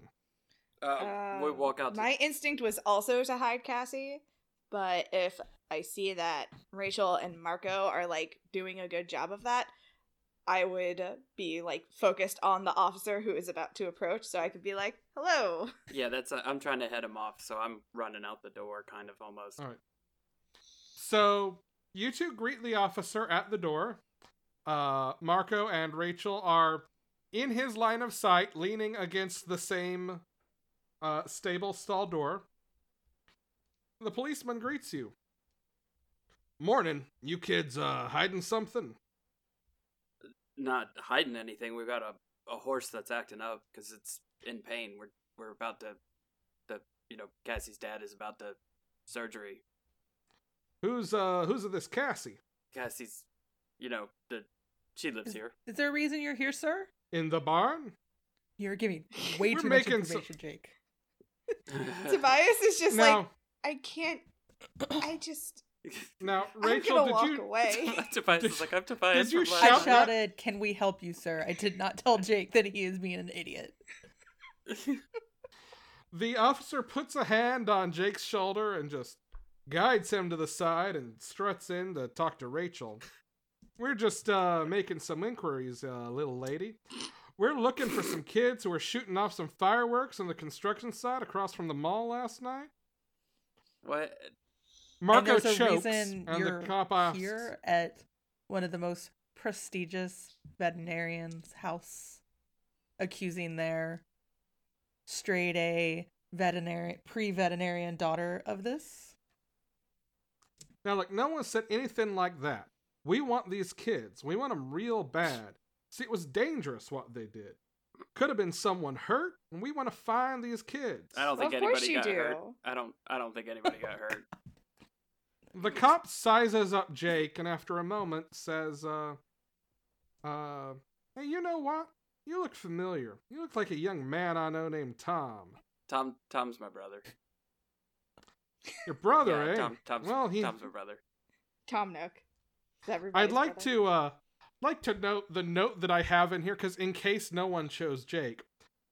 E: Uh, we
B: Um,
E: walk out. To,
B: My instinct was also to hide Cassie, but if I see that Rachel and Marco are like doing a good job of that, I would be like focused on the officer who is about to approach, so I could be like, "Hello."
E: yeah, that's. i I'm trying to head him off, so I'm running out the door, kind of almost.
A: All right. So you two greet the officer at the door. Uh, Marco and Rachel are in his line of sight, leaning against the same uh, stable stall door. The policeman greets you. Morning, you kids uh, hiding something?
E: Not hiding anything. We've got a, a horse that's acting up because it's in pain. We're we're about to, the you know Cassie's dad is about to surgery.
A: Who's uh who's of this Cassie?
E: Cassie's, you know, the she lives here.
D: Is there a reason you're here, sir?
A: In the barn?
D: You're giving way
A: We're
D: too much
A: making
D: information,
A: some-
D: Jake.
B: Tobias is just
A: now
B: like, "I can't. I just
A: now Rachel
B: I'm gonna
A: did
B: walk
A: you
B: away."
E: Tobias is like, I'm Tobias.
A: did you
E: from
D: I
E: last
A: shout
E: night."
D: shouted, "Can we help you, sir?" I did not tell Jake that he is being an idiot.
A: The officer puts a hand on Jake's shoulder and just guides him to the side and struts in to talk to Rachel. We're just uh, making some inquiries, uh, little lady. We're looking for some kids who were shooting off some fireworks on the construction site across from the mall last night.
E: What?
A: Marco
D: and there's a
A: chokes,
D: reason
A: and
D: you're
A: the cop asks,
D: here at one of the most prestigious veterinarian's house, accusing their straight A veterinarian pre-veterinarian daughter of this.
A: Now, look, no one said anything like that. We want these kids. We want them real bad. See, it was dangerous what they did. Could have been someone hurt, and we want to find these kids.
E: I don't
B: Well,
E: think
B: of course
E: anybody
B: you
E: got hurt.
B: do.
E: I don't. I don't think anybody got hurt.
A: The cop sizes up Jake and after a moment says, uh, uh, hey, you know what? You look familiar. You look like a young man I know named Tom.
E: Tom. Tom's my brother.
A: Your brother,
E: yeah,
A: eh?
E: Tom, Tom's,
A: well, he,
E: Tom's my brother.
B: Tom Nook. Is everybody's
A: I'd like
B: brother.
A: to, uh, like to note the note that I have in here, because in case no one chose Jake,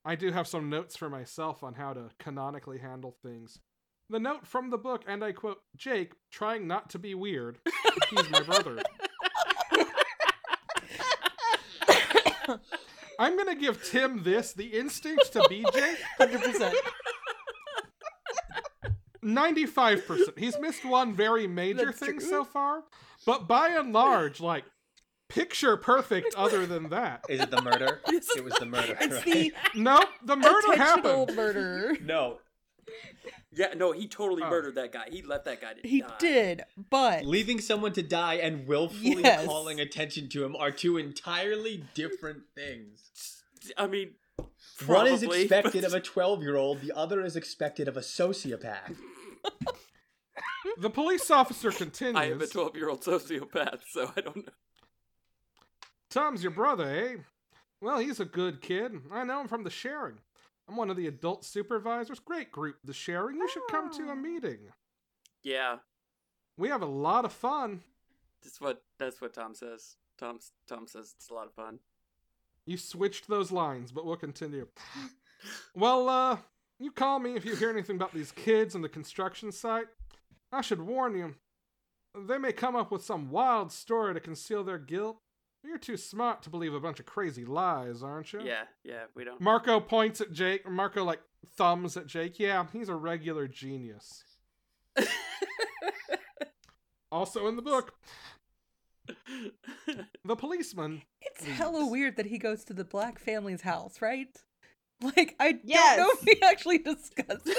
A: I do have some notes for myself on how to canonically handle things. The note from the book, and I quote, Jake, trying not to be weird. He's my brother. I'm gonna give Tim this, the instinct to be Jake.
D: Hundred percent.
A: 95%. He's missed one very major
D: That's
A: thing
D: true.
A: so far, but by and large, like, picture perfect other than that.
C: Is it the murder? it was the murder.
D: It's
C: right?
D: the
A: Nope, the murder
D: intentional
A: happened.
D: murder.
C: No,
E: Yeah, no, he totally
A: Oh.
E: murdered that guy. He left that guy to
D: He
E: die.
D: did, but
C: leaving someone to die and willfully
D: Yes.
C: calling attention to him are two entirely different things.
E: I mean,
C: One is
E: Probably,
C: expected
E: but-
C: of a 12 year old, the other is expected of a sociopath.
A: The police officer continues.
E: I am a 12 year old sociopath, so I don't know.
A: Tom's your brother, eh? Well, he's a good kid. I know him from the sharing. I'm one of the adult supervisors. Great group, the sharing. You should come to a
B: Oh.
A: meeting.
E: Yeah,
A: We have a lot of fun.
E: that's what that's what Tom says. Tom Tom says it's a lot of fun.
A: You switched those lines, but we'll continue. well, uh, you call me if you hear anything about these kids and the construction site. I should warn you, they may come up with some wild story to conceal their guilt. You're too smart to believe a bunch of crazy lies, aren't you?
E: Yeah, yeah, we don't.
A: Marco points at Jake. Marco, like, thumbs at Jake. Yeah, he's a regular genius. also in the book, the policeman
D: it's hella weird that he goes to the black family's house, right? Like I
B: Yes.
D: don't know if we actually discussed this.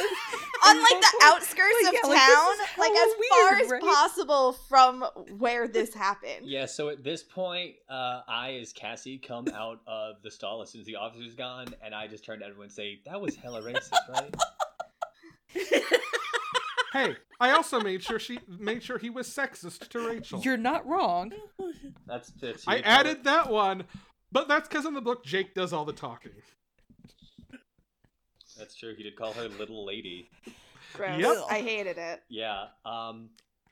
B: on like the outskirts
D: Like,
B: of
D: yeah,
B: town,
D: like, this
B: like
D: is hella
B: as far
D: weird,
B: as
D: right?
B: possible from where this happened.
C: Yeah, so at this point, uh, I, as Cassie, come out of the stall as soon as the officer's gone, and I just turn to everyone and say, That was hella racist, right?
A: Hey, I also made sure she made sure he was sexist to Rachel.
D: You're not wrong.
C: That's that's-
A: I added that one, but that's because in the book Jake does all the talking.
C: That's true. He did call her little lady.
B: Gross.
A: Yep.
B: I hated it.
C: Yeah. Um.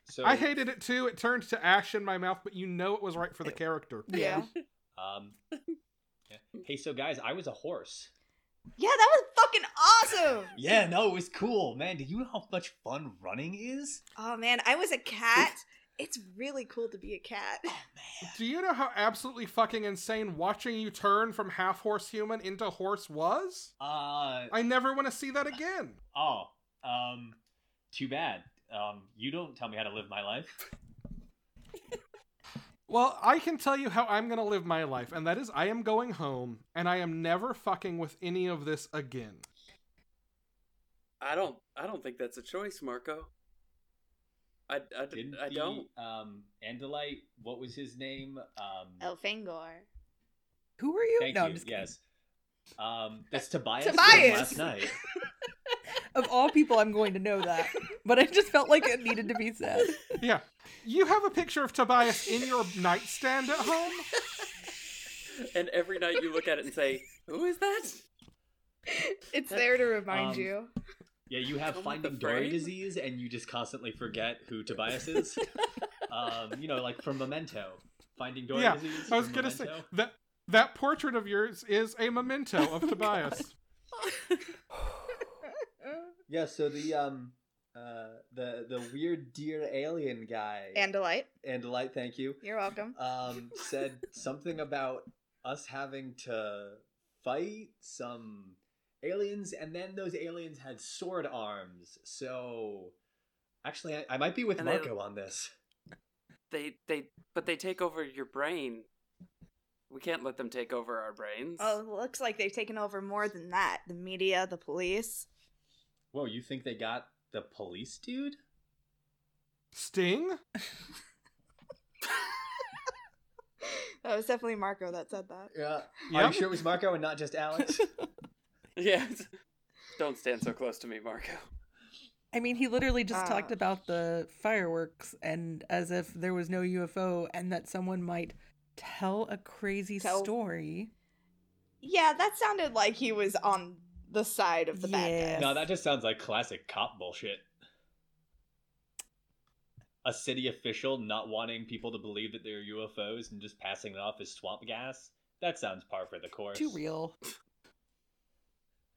C: So
A: I hated it too. It turned to ash in my mouth, but you know it was right for the character.
B: Yeah.
C: Um, yeah. Hey, so guys, I was a horse.
B: Yeah, that was fucking awesome.
C: Yeah, no, it was cool, man. Do you know how much fun running is?
B: Oh man, I was a cat. It's really cool to be a cat.
A: Do you know how absolutely fucking insane watching you turn from half horse human into horse was?
C: Uh
A: I never want to see that again.
C: oh, um, too bad. Um, you don't tell me how to live my life.
A: Well, I can tell you how I'm going to live my life, and that is I am going home, and I am never fucking with any of this again.
E: I don't. I don't think that's a choice, Marco. I, I,
C: Didn't
E: I
C: the,
E: don't.
C: Um, Andalite, what was his name? Um,
B: Elfangor.
D: Who are you?
C: thank
D: Oh, no,
C: you.
D: I'm just kidding.
C: yes. Um, that's Tobias. from
B: Tobias!
C: Last night.
D: Of all people, I'm going to know that. But I just felt like it needed to be said.
A: Yeah. You have a picture of Tobias in your nightstand at home?
E: And every night you look at it and say, "Who is that?"
B: It's there to remind
C: Um,
B: you.
C: Yeah, you have
E: Someone with a
C: Finding Dory
E: frame?
C: disease, and you just constantly forget who Tobias is. um, you know, like from Memento, Finding Dory
A: Yeah,
C: disease.
A: I was
C: from
A: going to say
C: Memento.
A: that that portrait of yours is a memento of Tobias.
C: Yeah, so the um uh the the weird deer alien guy
B: Andalite.
C: and light thank you
B: You're welcome.
A: Uh,
C: um said something about us having to fight some aliens and then those aliens had sword arms. So actually I, I might be with
E: And they-
C: Marco on this.
E: They they but they take over your brain. We can't let them take over our brains.
B: Oh, looks like they've taken over more than that. The media, the police.
C: Whoa, you think they got the police dude?
A: Sting?
B: That was definitely Marco that said that.
C: Yeah. Are
A: Yep.
C: you sure it was Marco and not just Alex?
E: Yeah. Don't stand so close to me, Marco.
D: I mean, he literally just
B: Uh.
D: talked about the fireworks and as if there was no UFO and that someone might tell a crazy
B: Tell-
D: story.
B: Yeah, that sounded like he was on the side of the
D: Yeah.
B: bad guys.
D: No,
C: No, that just sounds like classic cop bullshit. A city official not wanting people to believe that they're UFOs and just passing it off as swamp gas? That sounds par for the course.
D: Too real.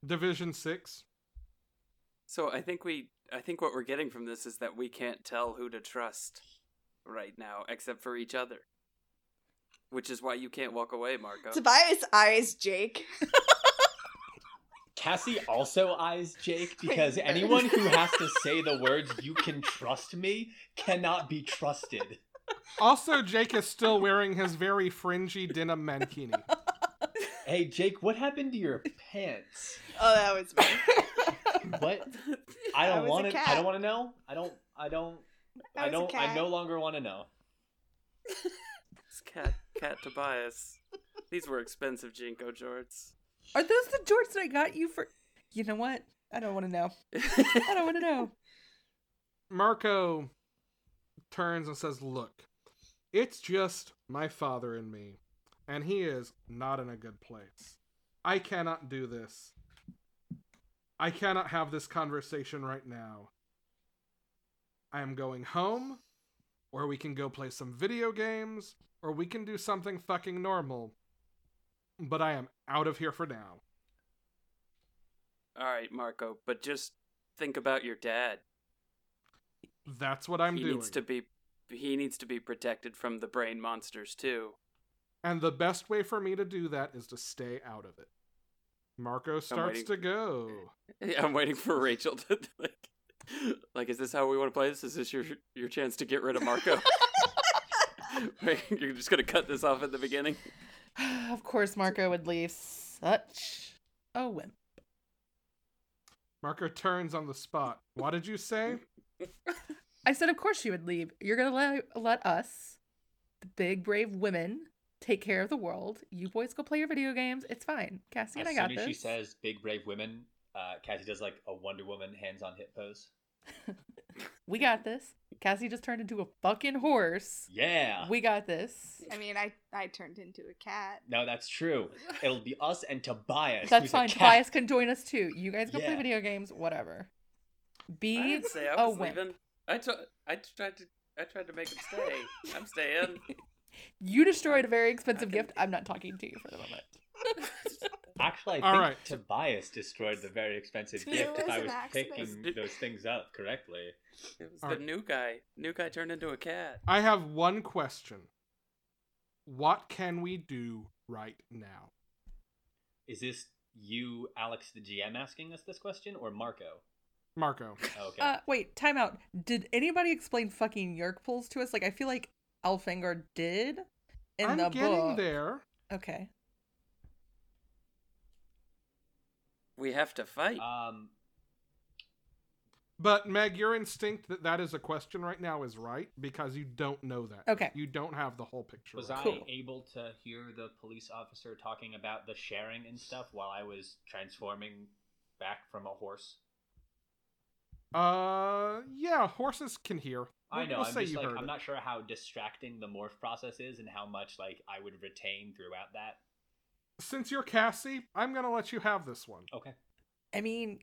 A: Division 6?
E: So I think we I think what we're getting from this is that we can't tell who to trust right now except for each other. Which is why you can't walk away, Marco.
B: Tobias eyes Jake.
C: Cassie also eyes Jake because anyone who has to say the words "you can trust me" cannot be trusted.
A: Also, Jake is still wearing his very fringy denim mankini.
C: Hey, Jake, what happened to your pants?
B: Oh, that was me.
C: What?
B: I
C: I don't
B: was a
C: want to. I
B: cat.
C: don't want to know. I don't. I don't.
B: I
C: I,
B: was a
C: don't. I
B: cat.
C: no longer want to know.
E: It's cat cat Tobias. These were expensive Jinko jorts.
D: Are those the jorts that I got you for? You know what? I don't want to know. I don't want to know.
A: Marco turns and says, Look, it's just my father and me, and he is not in a good place. I cannot do this. I cannot have this conversation right now. I am going home, or we can go play some video games, or we can do something fucking normal. But I am out of here for now.
E: All right, Marco, but just think about your dad.
A: That's what I'm
E: he
A: doing.
E: needs to be he needs to be protected from the brain monsters too.
A: And the best way for me to do that is to stay out of it. Marco starts
E: waiting-
A: to go.
E: I'm waiting for Rachel to like like is this how we want to play this? Is this your your chance to get rid of Marco? You're just gonna cut this off at the beginning.
D: of course, Marco would leave such a wimp.
A: Marco turns on the spot. What did you say?
D: I said, of course she would leave. You're gonna let let us, the big brave women, take care of the world. You boys go play your video games. It's fine. Cassie and I
C: as
D: got
C: soon
D: this.
C: as she says "big brave women," uh, Cassie does like a Wonder Woman hands on hip pose.
D: we got this. Cassie just turned into a fucking horse.
C: Yeah.
D: We got this.
B: I mean, I I turned into a cat.
C: no, that's true. It'll be us and Tobias.
D: That's
C: who's a
D: fine.
C: cat.
D: Tobias can join us too. You guys go play
C: Yeah.
D: video games. Whatever. Be
E: I didn't say I
D: a
E: was
D: wimp.
E: leaving. I t- I tried to I tried to make him stay. I'm staying.
D: You destroyed a very expensive
E: can-
D: gift. I'm not talking to you for the moment.
C: Actually, I
A: All
C: think
A: right.
C: Tobias destroyed the very expensive
D: It
C: gift if
B: was
C: I
B: an
C: was
B: accident.
C: picking those things up correctly.
E: It was
A: All
E: the
A: right.
E: new guy. New guy turned into a cat.
A: I have one question. What can we do right now?
C: Is this you, Alex the GM, asking us this question, or Marco?
A: Marco.
C: Oh, okay.
D: Uh, wait, time out. Did anybody explain fucking yerk pulls to us? Like, I feel like Alfengar did in
A: I'm
D: the
A: getting
D: book.
A: there.
D: Okay.
E: We have to fight.
D: Uh,
C: um,
A: But Meg, your instinct that that is a question right now is right because you don't know that.
D: Okay.
A: You don't have the whole picture.
C: was
A: right
C: I
D: Cool.
C: able to hear the police officer talking about the sharing and stuff while I was transforming back from a horse?
A: now. Uh, yeah, horses can hear.
C: I
A: We'll-
C: know.
A: We'll
C: I'm
A: say
C: just
A: you
C: like
A: heard
C: I'm
A: it.
C: not sure how distracting the morph process is and how much like I would retain throughout that.
A: Since you're Cassie, I'm gonna let you have this one.
C: Okay.
D: I mean,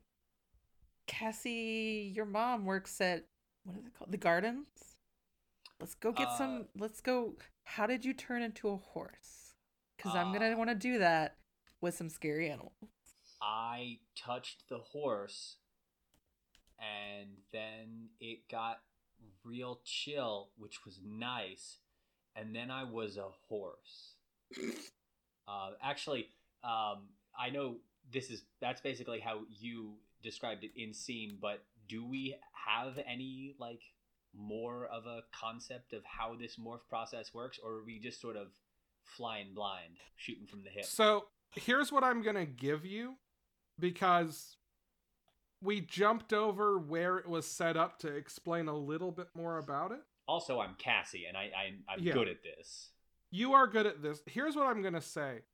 D: Cassie, your mom works at what is it called? The gardens. Let's go get
C: Uh,
D: some. Let's go. How did you turn into a horse? Because I'm gonna
C: Uh,
D: want to do that with some scary animal.
C: I touched the horse, and then it got real chill, which was nice. And then I was a horse. uh, actually, um, I know this is that's basically how you described it in scene. But do we have any like more of a concept of how this morph process works, or are we just sort of flying blind, shooting from the hip?
A: So here's what I'm gonna give you, because we jumped over where it was set up to explain a little bit more about it.
C: also i'm cassie and i, I i'm
A: Yeah.
C: good at this
A: you are good at this. Here's what I'm gonna say.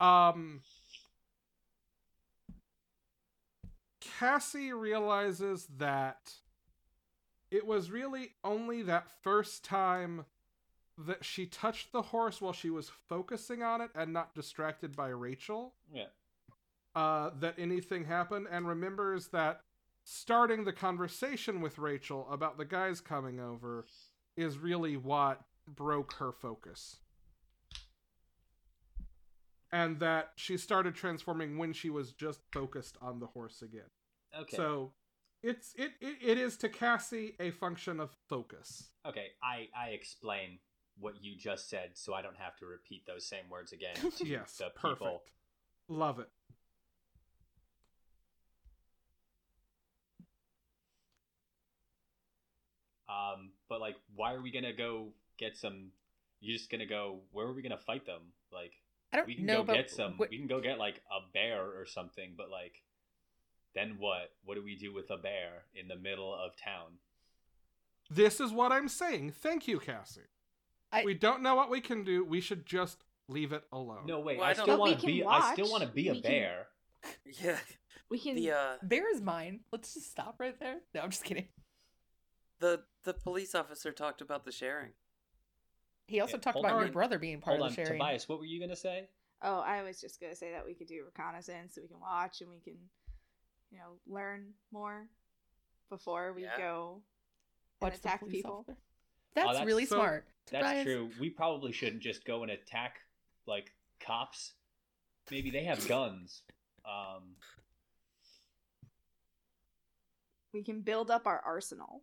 A: Um Cassie realizes that it was really only that first time that she touched the horse while she was focusing on it and not distracted by Rachel
C: yeah
A: uh, that anything happened and remembers that starting the conversation with Rachel about the guys coming over is really what broke her focus. And that she started transforming when she was just focused on the horse again.
C: okay
A: So it's it, it it is to Cassie a function of focus.
C: okay i i explain what you just said so i don't have to repeat those same words again to
A: yes,
C: the
A: perfect.
C: people
A: Love it.
C: um but like why are we gonna go get some you're just gonna go where are we gonna fight them like
D: I don't
C: we can
D: know,
C: go
D: but
C: get some
D: what-
C: we can go get like a bear or something but like then what what do we do with a bear in the middle of town
A: This is what I'm saying. Thank you, Cassie.
D: I-
A: we don't know what we can do. We should just leave it alone.
C: no wait
E: Well, I
C: i
E: don't-
C: still
E: But we
C: want to
B: can
C: be i still
B: watch.
C: want to be a
B: We can-
C: bear
E: yeah.
B: We can.
E: The uh
D: Bear is mine. Let's just stop right there. No, I'm just kidding.
E: the the police officer talked about the sharing.
D: He also
C: Yeah,
D: talked
C: hold
D: about
A: on.
D: your brother being part
C: hold on
D: of the sharing.
C: tobias what were you gonna say
B: oh, I was just gonna say that we could do reconnaissance, so we can watch and we can, you know, learn more before we
E: Yeah.
B: go and
D: Watch the
B: attack
D: police
B: people.
D: officer. That's,
C: Oh, that's
D: really
A: so-
D: smart.
C: That's
D: Tobias,
C: true. We probably shouldn't just go and attack like cops. Maybe they have guns. Um,
B: We can build up our arsenal.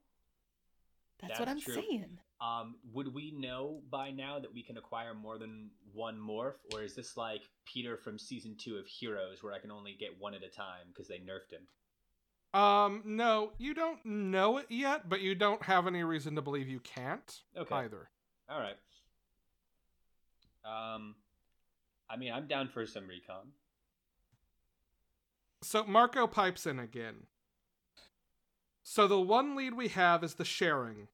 D: That's, what I'm
C: That's true.
D: saying.
C: um, would we know by now that we can acquire more than one morph, or is this like Peter from season two of Heroes, where I can only get one at a time because they nerfed him?
A: Um, no, you don't know it yet, but you don't have any reason to believe you can't
C: Okay.
A: either.
C: All right. Um, I mean, I'm down for some recon.
A: So Marco pipes in again. So the one lead we have is the sharing.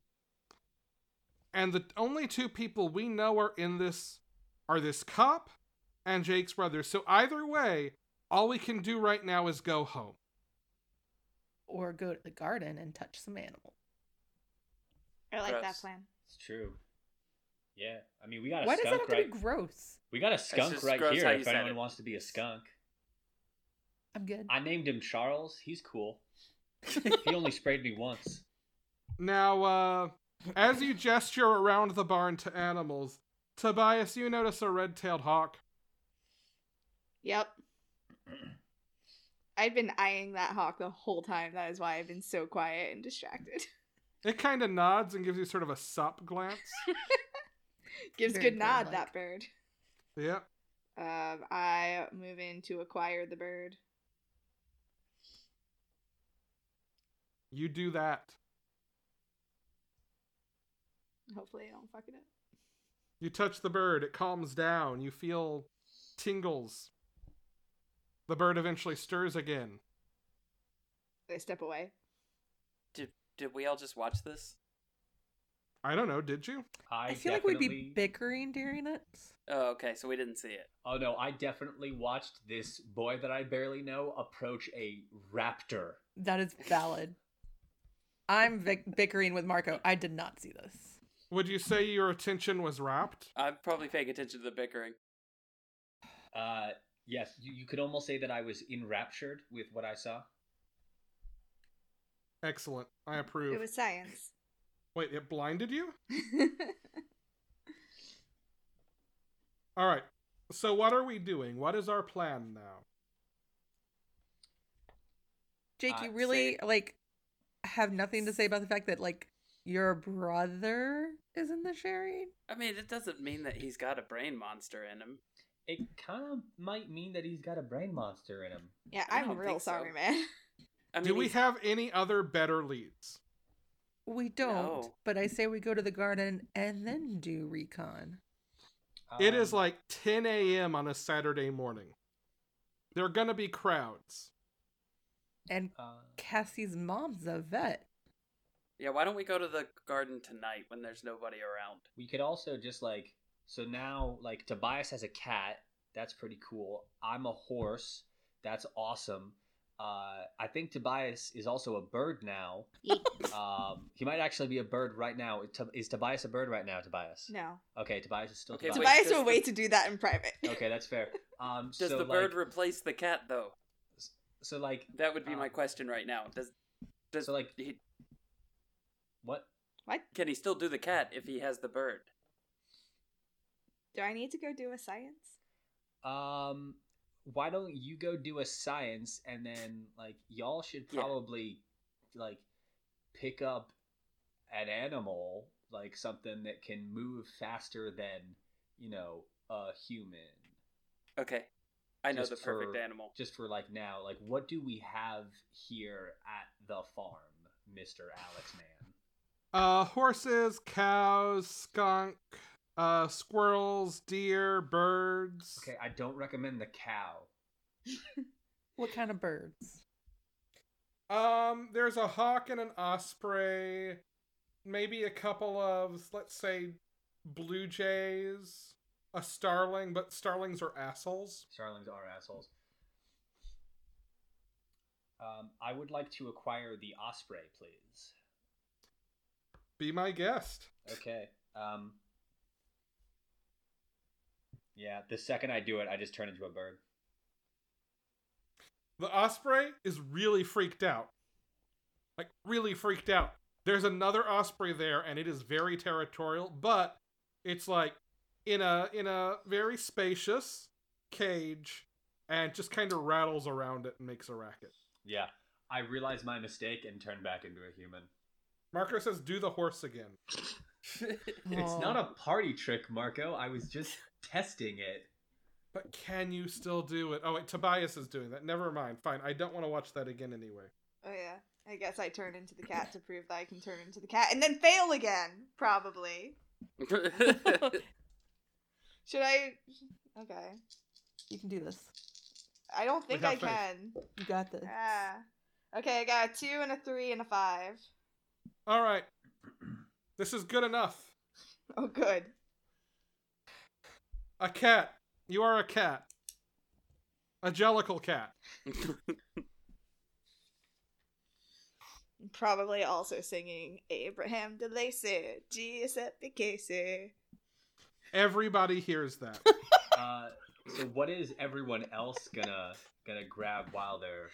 A: And the only two people we know are in this are this cop and Jake's brother. So either way, all we can do right now is go home.
D: Or go to the garden and touch some animals.
B: I like that
E: Gross.
B: plan.
C: It's true. Yeah, I mean, we got a
D: Why does that
C: skunk
D: have
C: right.
D: to be gross?
C: we got a skunk
E: just
C: right
E: gross
C: here.
E: how you
C: If
E: said
C: anyone
E: it.
C: wants to be a skunk.
D: I'm good.
C: I named him Charles. He's cool. he only sprayed me once.
A: Now, uh, as you gesture around the barn to animals, Tobias, you notice a red tailed hawk.
B: Yep. I've been eyeing that hawk the whole time. That is why I've been so quiet and distracted.
A: It kind of nods and gives you sort of a sop glance.
B: Gives
D: Very
B: good nod
D: bird-like.
B: that bird.
A: yeah.
B: Um, I move in to acquire the bird.
A: You do that.
B: Hopefully, I don't fuck it up.
A: You touch the bird, it calms down. You feel tingles. The bird eventually stirs again.
B: I step away.
E: Did did we all just watch this?
A: I don't know, did you?
D: I, feel like we'd be bickering during it.
E: Oh, okay. So we didn't see it.
C: Oh no, I definitely watched this boy that I barely know approach a raptor.
D: That is valid. I'm vic- bickering with Marco. I did not see this.
A: Would you say your attention was wrapped?
E: I'm probably paying attention to the bickering.
C: Uh, yes, you, you could almost say that I was enraptured with what I saw.
A: Excellent. I approve.
B: It was science.
A: Wait, it blinded you? All right. So what are we doing? What is our plan now?
D: Jake,
C: Uh,
D: you really
C: say-
D: like have nothing to say about the fact that like your brother is in the sharing.
E: I mean, it doesn't mean that he's got a brain monster in him.
C: It kind of might mean that he's got a brain monster in him.
B: yeah,
E: I
B: I'm
E: don't
B: real
E: think so.
B: sorry, man.
E: I mean,
A: Do we
E: he's-
A: have any other better leads?
D: We don't,
E: No.
D: but I say we go to the garden and then do recon.
A: it is
C: Um,
A: like 10 a.m. on a Saturday morning. There are going to be crowds.
D: And
C: uh,
D: Cassie's mom's a vet.
E: Yeah, why don't we go to the garden tonight when there's nobody around?
C: we could also just like so now like Tobias has a cat. That's pretty cool. I'm a horse. That's awesome. Uh, I think Tobias is also a bird now. um, he might actually be a bird right now. To- Is Tobias a bird right now, Tobias?
B: No.
C: Okay, Tobias is still
E: Okay,
C: Tobias.
B: Tobias
E: does
B: will
E: the-
B: wait to do that in private.
C: Okay, that's fair. Um,
E: Does
C: so
E: the
C: like,
E: bird replace the cat though?
C: so like
E: That would be my
C: Um,
E: question right now. Does does
C: so like
E: he,
C: what?
E: can he still do the cat if he has the bird?
B: Do I need to go do a science?
C: Um, why don't you go do a science and then like y'all should
E: Yeah.
C: probably like pick up an animal like something that can move faster than you know a human
E: Okay, I know
C: Just
E: the perfect
C: for-
E: animal.
C: just for like now like what do we have here at the farm mr alex man
A: Uh, horses, cows, skunk, uh, squirrels, deer, birds.
C: okay i don't recommend the cow
D: What kind of birds?
A: Um, there's a hawk and an osprey, maybe a couple of let's say blue jays, a starling, but starlings are assholes.
C: starlings are assholes um, i would like to acquire the osprey please
A: Be my guest.
C: Okay. Um. Yeah, the second I do it, I just turn into a bird.
A: The osprey is really freaked out. Like really freaked out. There's another osprey there and it is very territorial, but it's like in a in a very spacious cage and just kind of rattles around it and makes a racket.
C: Yeah, I realize my mistake and turn back into a human.
A: Marco says do the horse again.
C: It's
D: Oh.
C: not a party trick, Marco. I was just testing it.
A: But can you still do it? Oh wait, Tobias is doing that. Never mind. Fine. I don't want to watch that again anyway.
B: Oh yeah. I guess I turn into the cat to prove that I can turn into the cat and then fail again, probably. Should I Okay.
D: You can do this.
B: I don't think
A: got
B: I
A: faith.
B: can.
D: You got this.
B: Ah. Okay, I got a two and a three and a five.
A: All right. This is good enough.
B: Oh good.
A: A cat. You are a cat. A jellicle cat.
B: Probably also singing Abraham de Lacy, Giuseppe Casey.
A: Everybody hears that.
C: Uh, so what is everyone else gonna gonna grab while they're?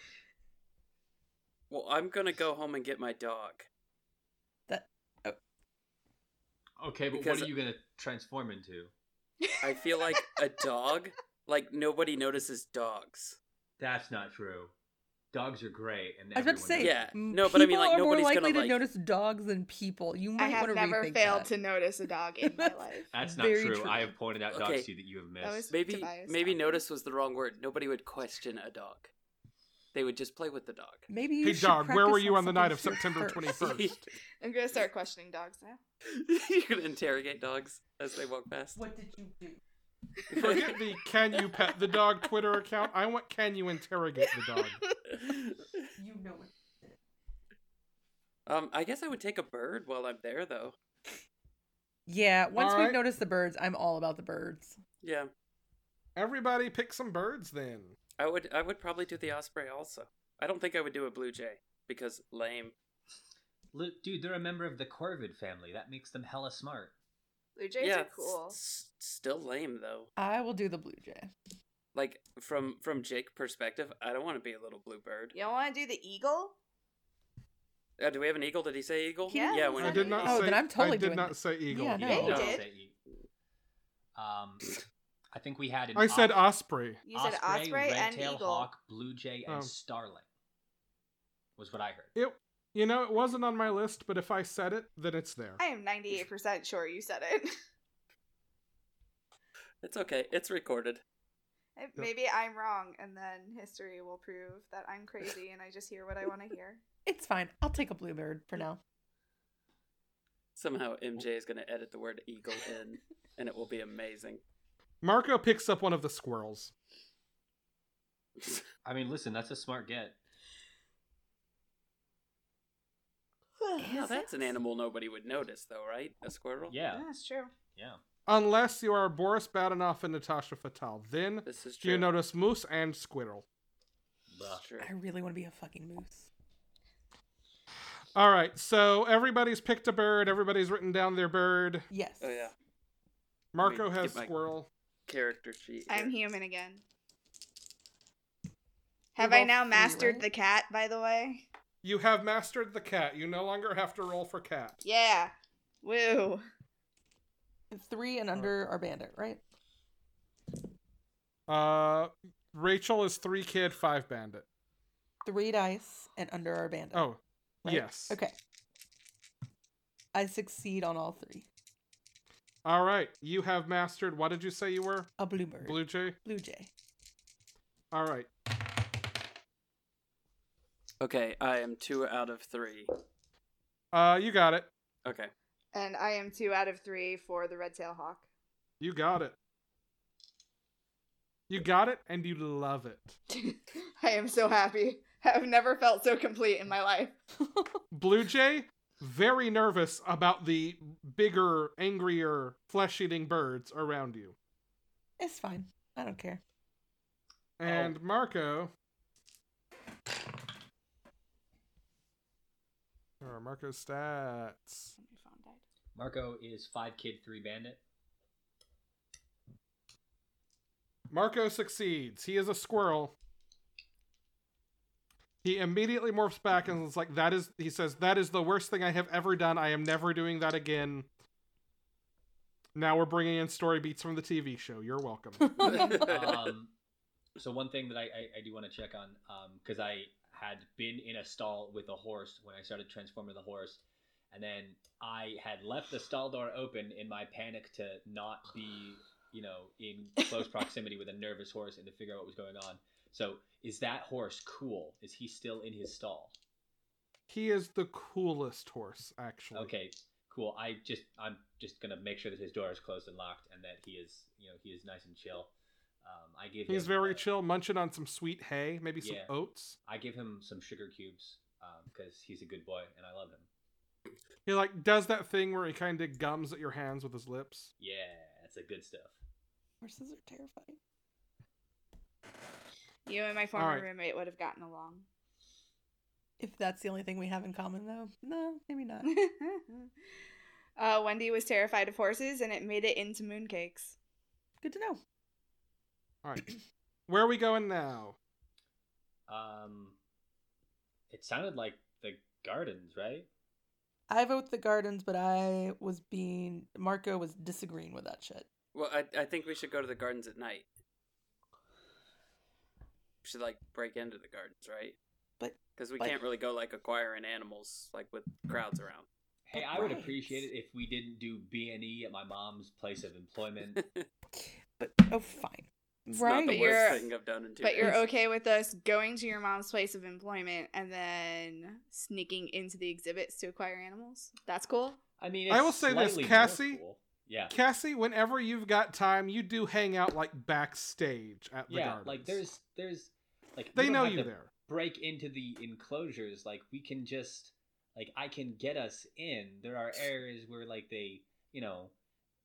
E: well, I'm gonna go home and get my dog.
C: Okay, but
E: Because-
C: what are you gonna transform into?
E: I feel like a dog. Like nobody notices dogs.
C: That's not true. Dogs are great, and
D: I was about to
C: everyone
D: say,
C: knows
E: Yeah.
C: it.
D: m-
E: No, but I mean,
D: people
E: like,
D: are more
E: nobody's
D: likely
E: gonna,
D: to
E: like-
D: notice dogs than people. You might
B: I
D: want
B: have
D: to
B: never
D: rethink
B: failed
D: that.
B: to notice a dog in my life.
C: That's not
D: Very
C: true.
D: true.
C: I have pointed out dogs
E: Okay.
C: to you that you have
B: That was-
C: missed.
E: Maybe
B: Tobias,
E: maybe
B: Adam.
E: notice was the wrong word. Nobody would question a dog. They would just play with the dog.
D: Maybe you
A: hey,
D: should
A: dog, where
D: practice
A: were you on the
D: something
A: night of
D: for your
A: September
D: first.
A: 21st?
B: I'm gonna start questioning dogs now.
E: you can interrogate dogs as they walk past.
D: What did you do?
A: Forget the can you pet the dog Twitter account. I want can you interrogate the dog.
D: You know it.
E: um, I guess I would take a bird while I'm there, though.
D: Yeah, once
A: Alright.
D: we've noticed the birds, I'm all about the birds.
E: Yeah,
A: Everybody pick some birds then.
E: I would. I would probably do the osprey also. I don't think I would do a blue jay because lame.
C: Li- Dude, they're a member of the Corvid family. That makes them hella smart.
B: Blue jays
E: yeah,
B: are cool.
E: s- s- still lame though.
D: I will do the blue jay.
E: Like from from Jake perspective, I don't want to be a little blue bird.
B: You don't want to do the eagle?
E: Uh, do we have an eagle? Did he say eagle?
B: Yeah,
E: yeah.
B: he
E: When
A: I
B: said
A: did not
D: Oh,
A: say
D: then I'm totally
A: I did
D: doing
A: not
D: it.
A: say eagle.
D: Yeah,
B: Oh, no.
E: No.
B: did.
C: Say e- Um, I think we had an
A: I said
C: os-
A: osprey.
B: You said
C: osprey,
B: osprey and
C: red-tailed
B: eagle.
C: hawk, blue jay, and
A: Oh.
C: starling. Was what I heard.
A: It you know, it wasn't on my list, but if I said it, then it's there.
B: I am 98% sure you said it.
E: It's okay. It's recorded.
B: Maybe I'm wrong, and then history will prove that I'm crazy and I just hear what I want to hear.
D: It's fine. I'll take a blue bird for now.
E: Somehow MJ is going to edit the word eagle in, and it will be amazing.
A: Marco picks up one of the squirrels.
C: I mean, listen, that's a smart get.
E: Now that's an animal nobody would notice, though, right? A squirrel.
C: Yeah,
B: Yeah, that's true.
C: yeah.
A: Unless you are Boris Badenoff and Natasha Fatal. Then
E: This is true.
A: you notice moose and squirrel.
E: This is
C: Blah.
E: true.
D: I really want to be a fucking moose.
A: All right, so everybody's picked a bird. Everybody's written down their bird.
D: Yes.
E: Oh yeah,
A: Marco
E: me
A: has
E: get my-
A: squirrel.
E: character sheet.
B: I'm
E: here.
B: human again.
D: We're
B: Have I
D: both
B: now
D: free,
B: mastered
D: right?
B: the cat, by the way?
A: You have mastered the cat. You no longer have to roll for cat.
B: Yeah. Woo.
D: Three
E: Oh.
D: and under are bandit, right?
A: Uh, Rachel is three kid, five bandit.
D: Three dice and under are bandit.
A: Oh,
D: right?
A: yes.
D: Okay. I succeed on all three.
A: All right. You have mastered. What did you say you were?
D: A blue bird.
A: Blue Jay.
D: Blue jay.
A: All right.
E: Okay, I am two out of three.
A: Uh, you got it.
E: Okay,
B: And I am two out of three for the red tail hawk.
A: You got it. You got it, and you love it.
B: I am so happy. I've never felt so complete in my life.
A: Blue Jay, very nervous about the bigger, angrier, flesh-eating birds around you.
D: It's fine. I don't care.
A: And Marco. Or Marco's stats.
B: My phone died.
C: Marco is five kid, three bandit.
A: Marco succeeds. He is a squirrel. He immediately morphs back and is like, "That is," he says, "That is the worst thing I have ever done. I am never doing that again." Now we're bringing in story beats from the TV show. You're welcome.
C: um, so one thing that I, I, I do want to check on because I had been in a stall with a horse when I started transforming the horse, and then I had left the stall door open in my panic to not be you know in close proximity with a nervous horse and to figure out what was going on. So is that horse cool? Is he still in his stall?
A: he is the coolest horse, actually.
C: Okay, cool. I just I'm just gonna make sure that his door is closed and locked and that he is you know he is nice and chill. Um, I gave
A: He's
C: him,
A: very
C: uh,
A: chill, munching on some sweet hay, maybe some
C: Yeah.
A: oats.
C: I give him some sugar cubes because he's a good boy and I love him.
A: He like does that thing where he kind of gums at your hands with his lips.
C: Yeah, that's the good stuff.
D: Horses
E: Uh.
D: are terrifying.
B: You and my former
A: right.
B: roommate would have gotten along.
D: If that's the only thing we have in common, though, no, maybe not.
B: uh, Wendy was terrified of horses and it made it into mooncakes.
D: Good to know.
A: All right, where are we going now?
C: Um, it sounded like the gardens, right?
D: I vote the gardens, but I was being Marco was disagreeing with that shit.
E: well, I I think we should go to the gardens at night. should like break into the gardens, right?
D: But-
E: because we
D: but-
E: can't really go like acquiring animals like with crowds around.
C: Hey,
D: But
C: I would
D: right.
C: appreciate it if we didn't do B and E at my mom's place of employment.
D: But oh, fine.
E: It's
D: right.
E: not the
B: You're-
E: worst thing I've done in two
B: But you're
E: days.
B: okay with us going to your mom's place of employment and then sneaking into the exhibits to acquire animals? That's cool.
C: I mean,
A: I
C: it's
A: will say this,
C: slightly more
A: Cassie.
C: cool. Yeah,
A: Cassie, whenever you've got time, you do hang out like backstage at the
C: yeah.
A: gardens.
C: Like there's, there's, like
A: they
C: don't
A: know
C: have
A: you
C: to
A: there.
C: Break into the enclosures. Like we can just, like I can get us in. There are areas where like they, you know,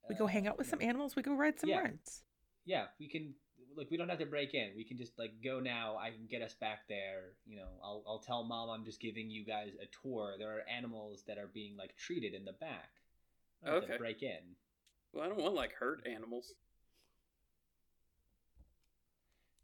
D: We go
C: uh,
D: hang out with
C: you
D: some
C: know,
D: animals. We go ride some
C: Yeah.
D: rides.
C: yeah, we can like we don't have to break in. We can just like go now. I can get us back there. You know, I'll I'll tell mom I'm just giving you guys a tour. There are animals that are being like treated in the back. I don't have to
E: Okay.
C: break in.
E: Well, I don't want like hurt animals,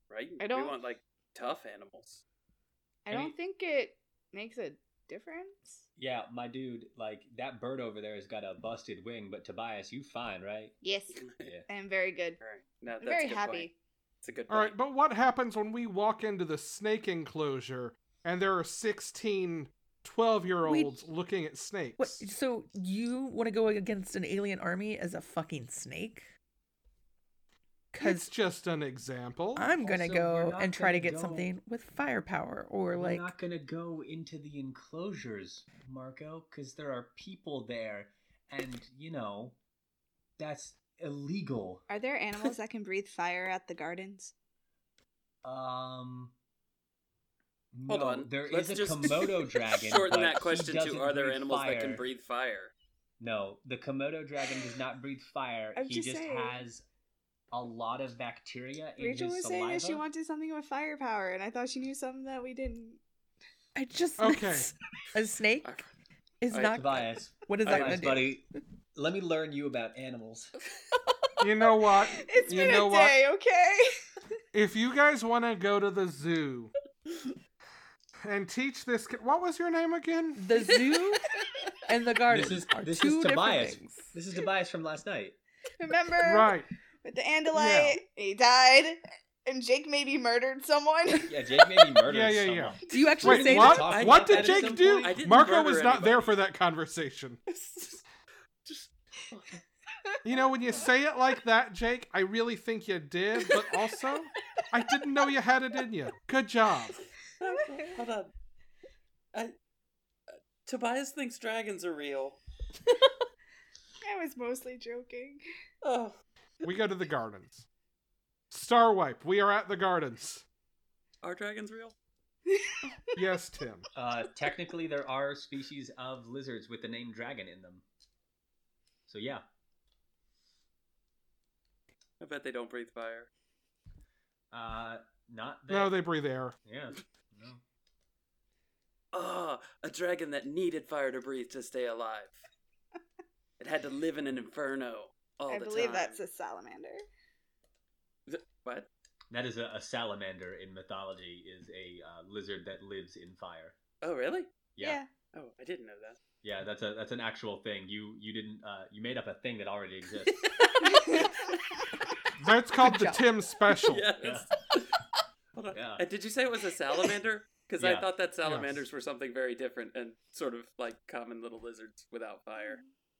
E: right?
B: I don't-
E: We want like tough animals.
B: I
C: I mean-
B: don't think it makes a difference.
C: Yeah, my dude, like that bird over there has got a busted wing, but Tobias, you fine, right?
B: Yes,
C: Yeah.
B: I'm very good.
E: All right, no,
B: I'm
E: that's a
B: very
E: good
B: happy.
E: Point. It's a good.
A: All right,
E: point.
A: but what happens when we walk into the snake enclosure and there are 16 12 year olds looking at snakes?
D: What? So you want to go against an alien army as a fucking snake?
A: it's
D: Because
A: just an example.
D: I'm gonna
C: Also, we're
D: go
C: not
D: and try to
C: gonna
D: get
C: go-
D: something with firepower
C: We're
D: or like.
C: not gonna go into the enclosures, Marco, because there are people there, and you know, that's illegal.
B: Are there animals that can breathe fire at the gardens?
C: Um.
E: Hold
C: no,
E: on.
C: There is
E: Let's
C: a
E: just
C: Komodo dragon. but
E: Shorten that
C: he
E: question
C: doesn't
E: to: Are there
C: breathe
E: animals that can
C: fire.
E: breathe fire?
C: No, the Komodo dragon does not breathe fire.
B: I'm
C: he
B: just
C: just,
B: saying.
C: has a lot of bacteria in
B: Rachel
C: his
B: was
C: saliva.
B: saying that she wanted something with firepower, and I thought she knew something that we didn't.
D: I just
A: Okay.
D: a snake
E: Alright.
D: is
E: Alright,
D: not.
C: Tobias,
D: What is that
C: Tobias,
D: gonna do?
C: buddy, let me learn you about animals.
A: You know what?
B: It's
A: you
B: been
A: know
B: a
A: what?
B: day, okay?
A: If you guys want to go to the zoo and teach this kid, what was your name again?
D: The zoo and the garden
C: is-
D: are
C: this is
D: two different
C: Tobias.
D: things.
C: This is Tobias from last night.
B: Remember
A: Right.
B: with the Andalite, he died, and Jake maybe murdered someone.
C: Yeah, Jake maybe murdered
A: Yeah, yeah,
C: someone.
A: yeah.
D: Do you actually
A: Wait,
D: say
A: what?
D: that? I-
A: What did
C: At some
A: Jake do?
C: point- I
E: didn't
A: Marco
E: murder
A: was not there
E: anybody.
A: for that conversation.
E: Just
A: You know, when you say it like that, Jake, I really think you did, but also, I didn't know you had it in you. Good job.
B: Hold
E: Hold on. uh, Tobias thinks dragons are real.
B: I was mostly joking.
E: Oh.
A: We go to the gardens. Starwipe, we are at the gardens.
E: Are dragons real?
A: Yes, Tim.
C: Uh, technically, there are species of lizards with the name dragon in them. So yeah,
E: I bet they don't breathe fire.
C: uh, not that.
A: No, they breathe air.
C: Yeah. No.
E: Ah, a dragon that needed fire to breathe to stay alive. It had to live in an inferno all
B: I
E: the
B: believe
E: time.
B: that's a salamander.
E: Th- What?
C: That is a, a salamander in mythology. Is a uh, lizard that lives in fire.
E: Oh, really?
C: Yeah.
E: Oh, I didn't know that.
C: yeah, That's a that's an actual thing. You you didn't uh, you made up a thing that already exists.
B: Yeah.
A: That's called
D: Good
A: the
D: job.
A: Tim Special.
E: Yes. Hold on.
C: Yeah.
E: Uh, did you say it was a salamander? Because
C: Yeah.
E: I thought that salamanders were something very different and sort of like common little lizards without fire.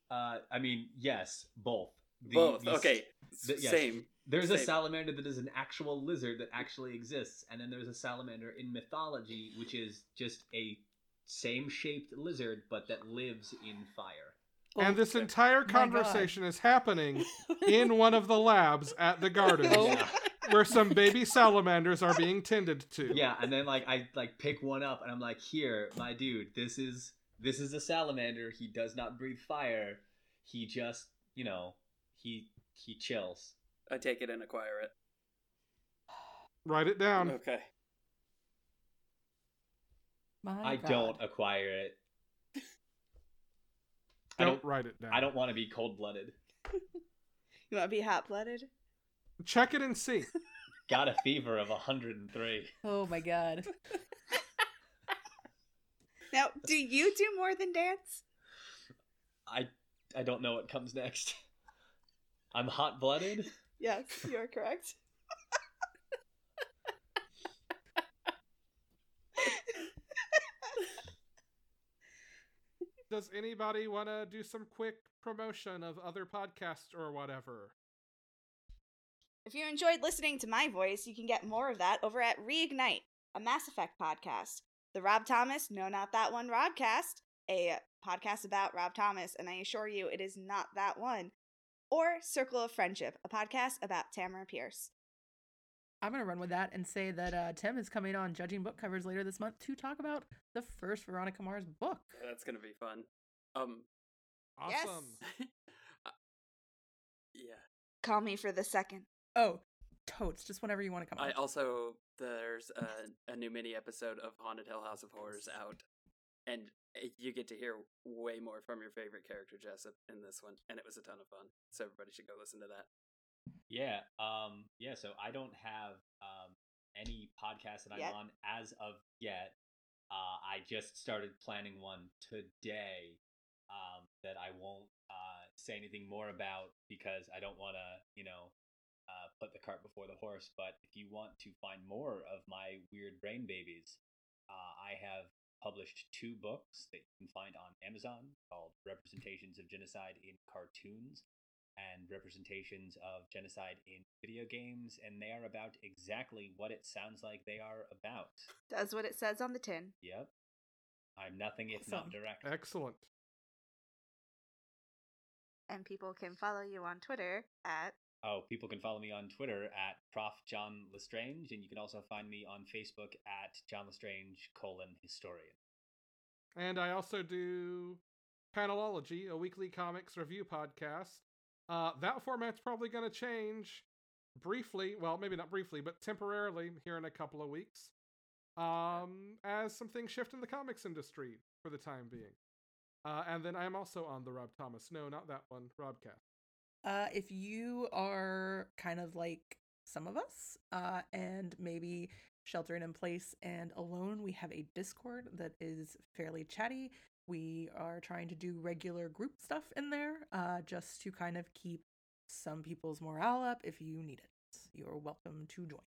C: uh, I mean, yes, both. The-
E: Both.
C: the-
E: okay.
C: the- yes.
E: Same.
C: There's a
E: Same.
C: salamander that is an actual lizard that actually exists, and then there's a salamander in mythology, which is just a same shaped lizard, but that lives in fire.
A: And this entire
D: God.
A: conversation is happening in one of the labs at the gardens
D: Oh.
C: Yeah.
A: where some baby salamanders are being tended to.
C: yeah, and then like I like pick one up, and I'm like, here, my dude, this is this is a salamander. He does not breathe fire. He just, you know, he he chills.
E: I take it and acquire it.
A: Write it down.
E: Okay.
D: My
C: I
D: God.
C: don't acquire it. I
A: Don't,
C: don't.
A: write it down.
C: I don't want to be cold blooded.
B: you want to be hot blooded?
A: Check it and see.
C: Got a fever of 103.
D: Oh my god.
B: Now, do you do more than dance?
C: I I don't know what comes next. I'm hot blooded.
B: Yes, you are correct.
A: Does anybody want to do some quick promotion of other podcasts or whatever?
B: If you enjoyed listening to my voice, you can get more of that over at Reignite, a Mass Effect podcast. The Rob Thomas, no, not that one, Rodcast, a podcast about Rob Thomas, and I assure you it is not that one. Or Circle of Friendship, a podcast about Tamara Pierce.
D: I'm going to run with that and say that uh, Tim is coming on Judging Book Covers later this month to talk about the first Veronica Mars book.
E: That's gonna be fun. Um, uh,
B: Yes.
A: Awesome.
E: yeah.
B: Call me for the second.
D: Oh, totes, just whenever you want to come
E: I
D: on.
E: also there's a, a new mini episode of Haunted Hill House of Horrors out, and eh, you get to hear way more from your favorite character Jessup in this one, and it was a ton of fun. So everybody should go listen to that.
C: Yeah. Um. Yeah. So I don't have um any podcast that I'm
B: Yet?
C: on as of yet. Uh, I just started planning one today. Um, that I won't uh say anything more about because I don't want to, you know, uh, put the cart before the horse. But if you want to find more of my weird brain babies, uh, I have published two books that you can find on Amazon called Representations of Genocide in Cartoons and representations of genocide in video games, and they are about exactly what it sounds like they are about.
B: Does what it says on the tin.
C: Yep. I'm nothing if
D: Awesome.
C: not direct.
A: Excellent.
B: And people can follow you on Twitter at.
C: Oh, people can follow me on Twitter at Prof. John Lestrange, and you can also find me on Facebook at John Lestrange colon historian.
A: And I also do Panelology, a weekly comics review podcast. Uh, that format's probably going to change briefly. Well, maybe not briefly, but temporarily here in a couple of weeks. Um, as some things shift in the comics industry for the time being. Uh, and then I'm also on the Rob Thomas. No, not that one. Robcast.
D: Uh, if you are kind of like some of us, uh, and maybe sheltering in place and alone, we have a Discord that is fairly chatty. We are trying to do regular group stuff in there, uh, just to kind of keep some people's morale up. If you need it, you're welcome to join.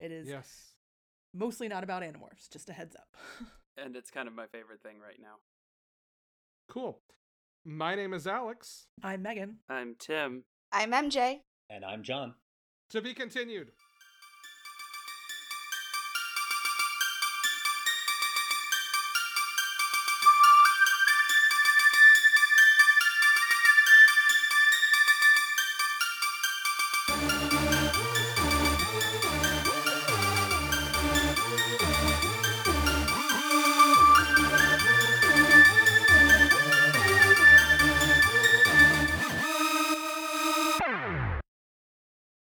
D: It is
A: Yes.
D: mostly not about Animorphs. Just a heads up.
E: And it's kind of my favorite thing right now.
A: Cool. My name is Alex.
D: I'm Megan.
E: I'm Tim.
B: I'm MJ.
C: And I'm John.
A: To be continued.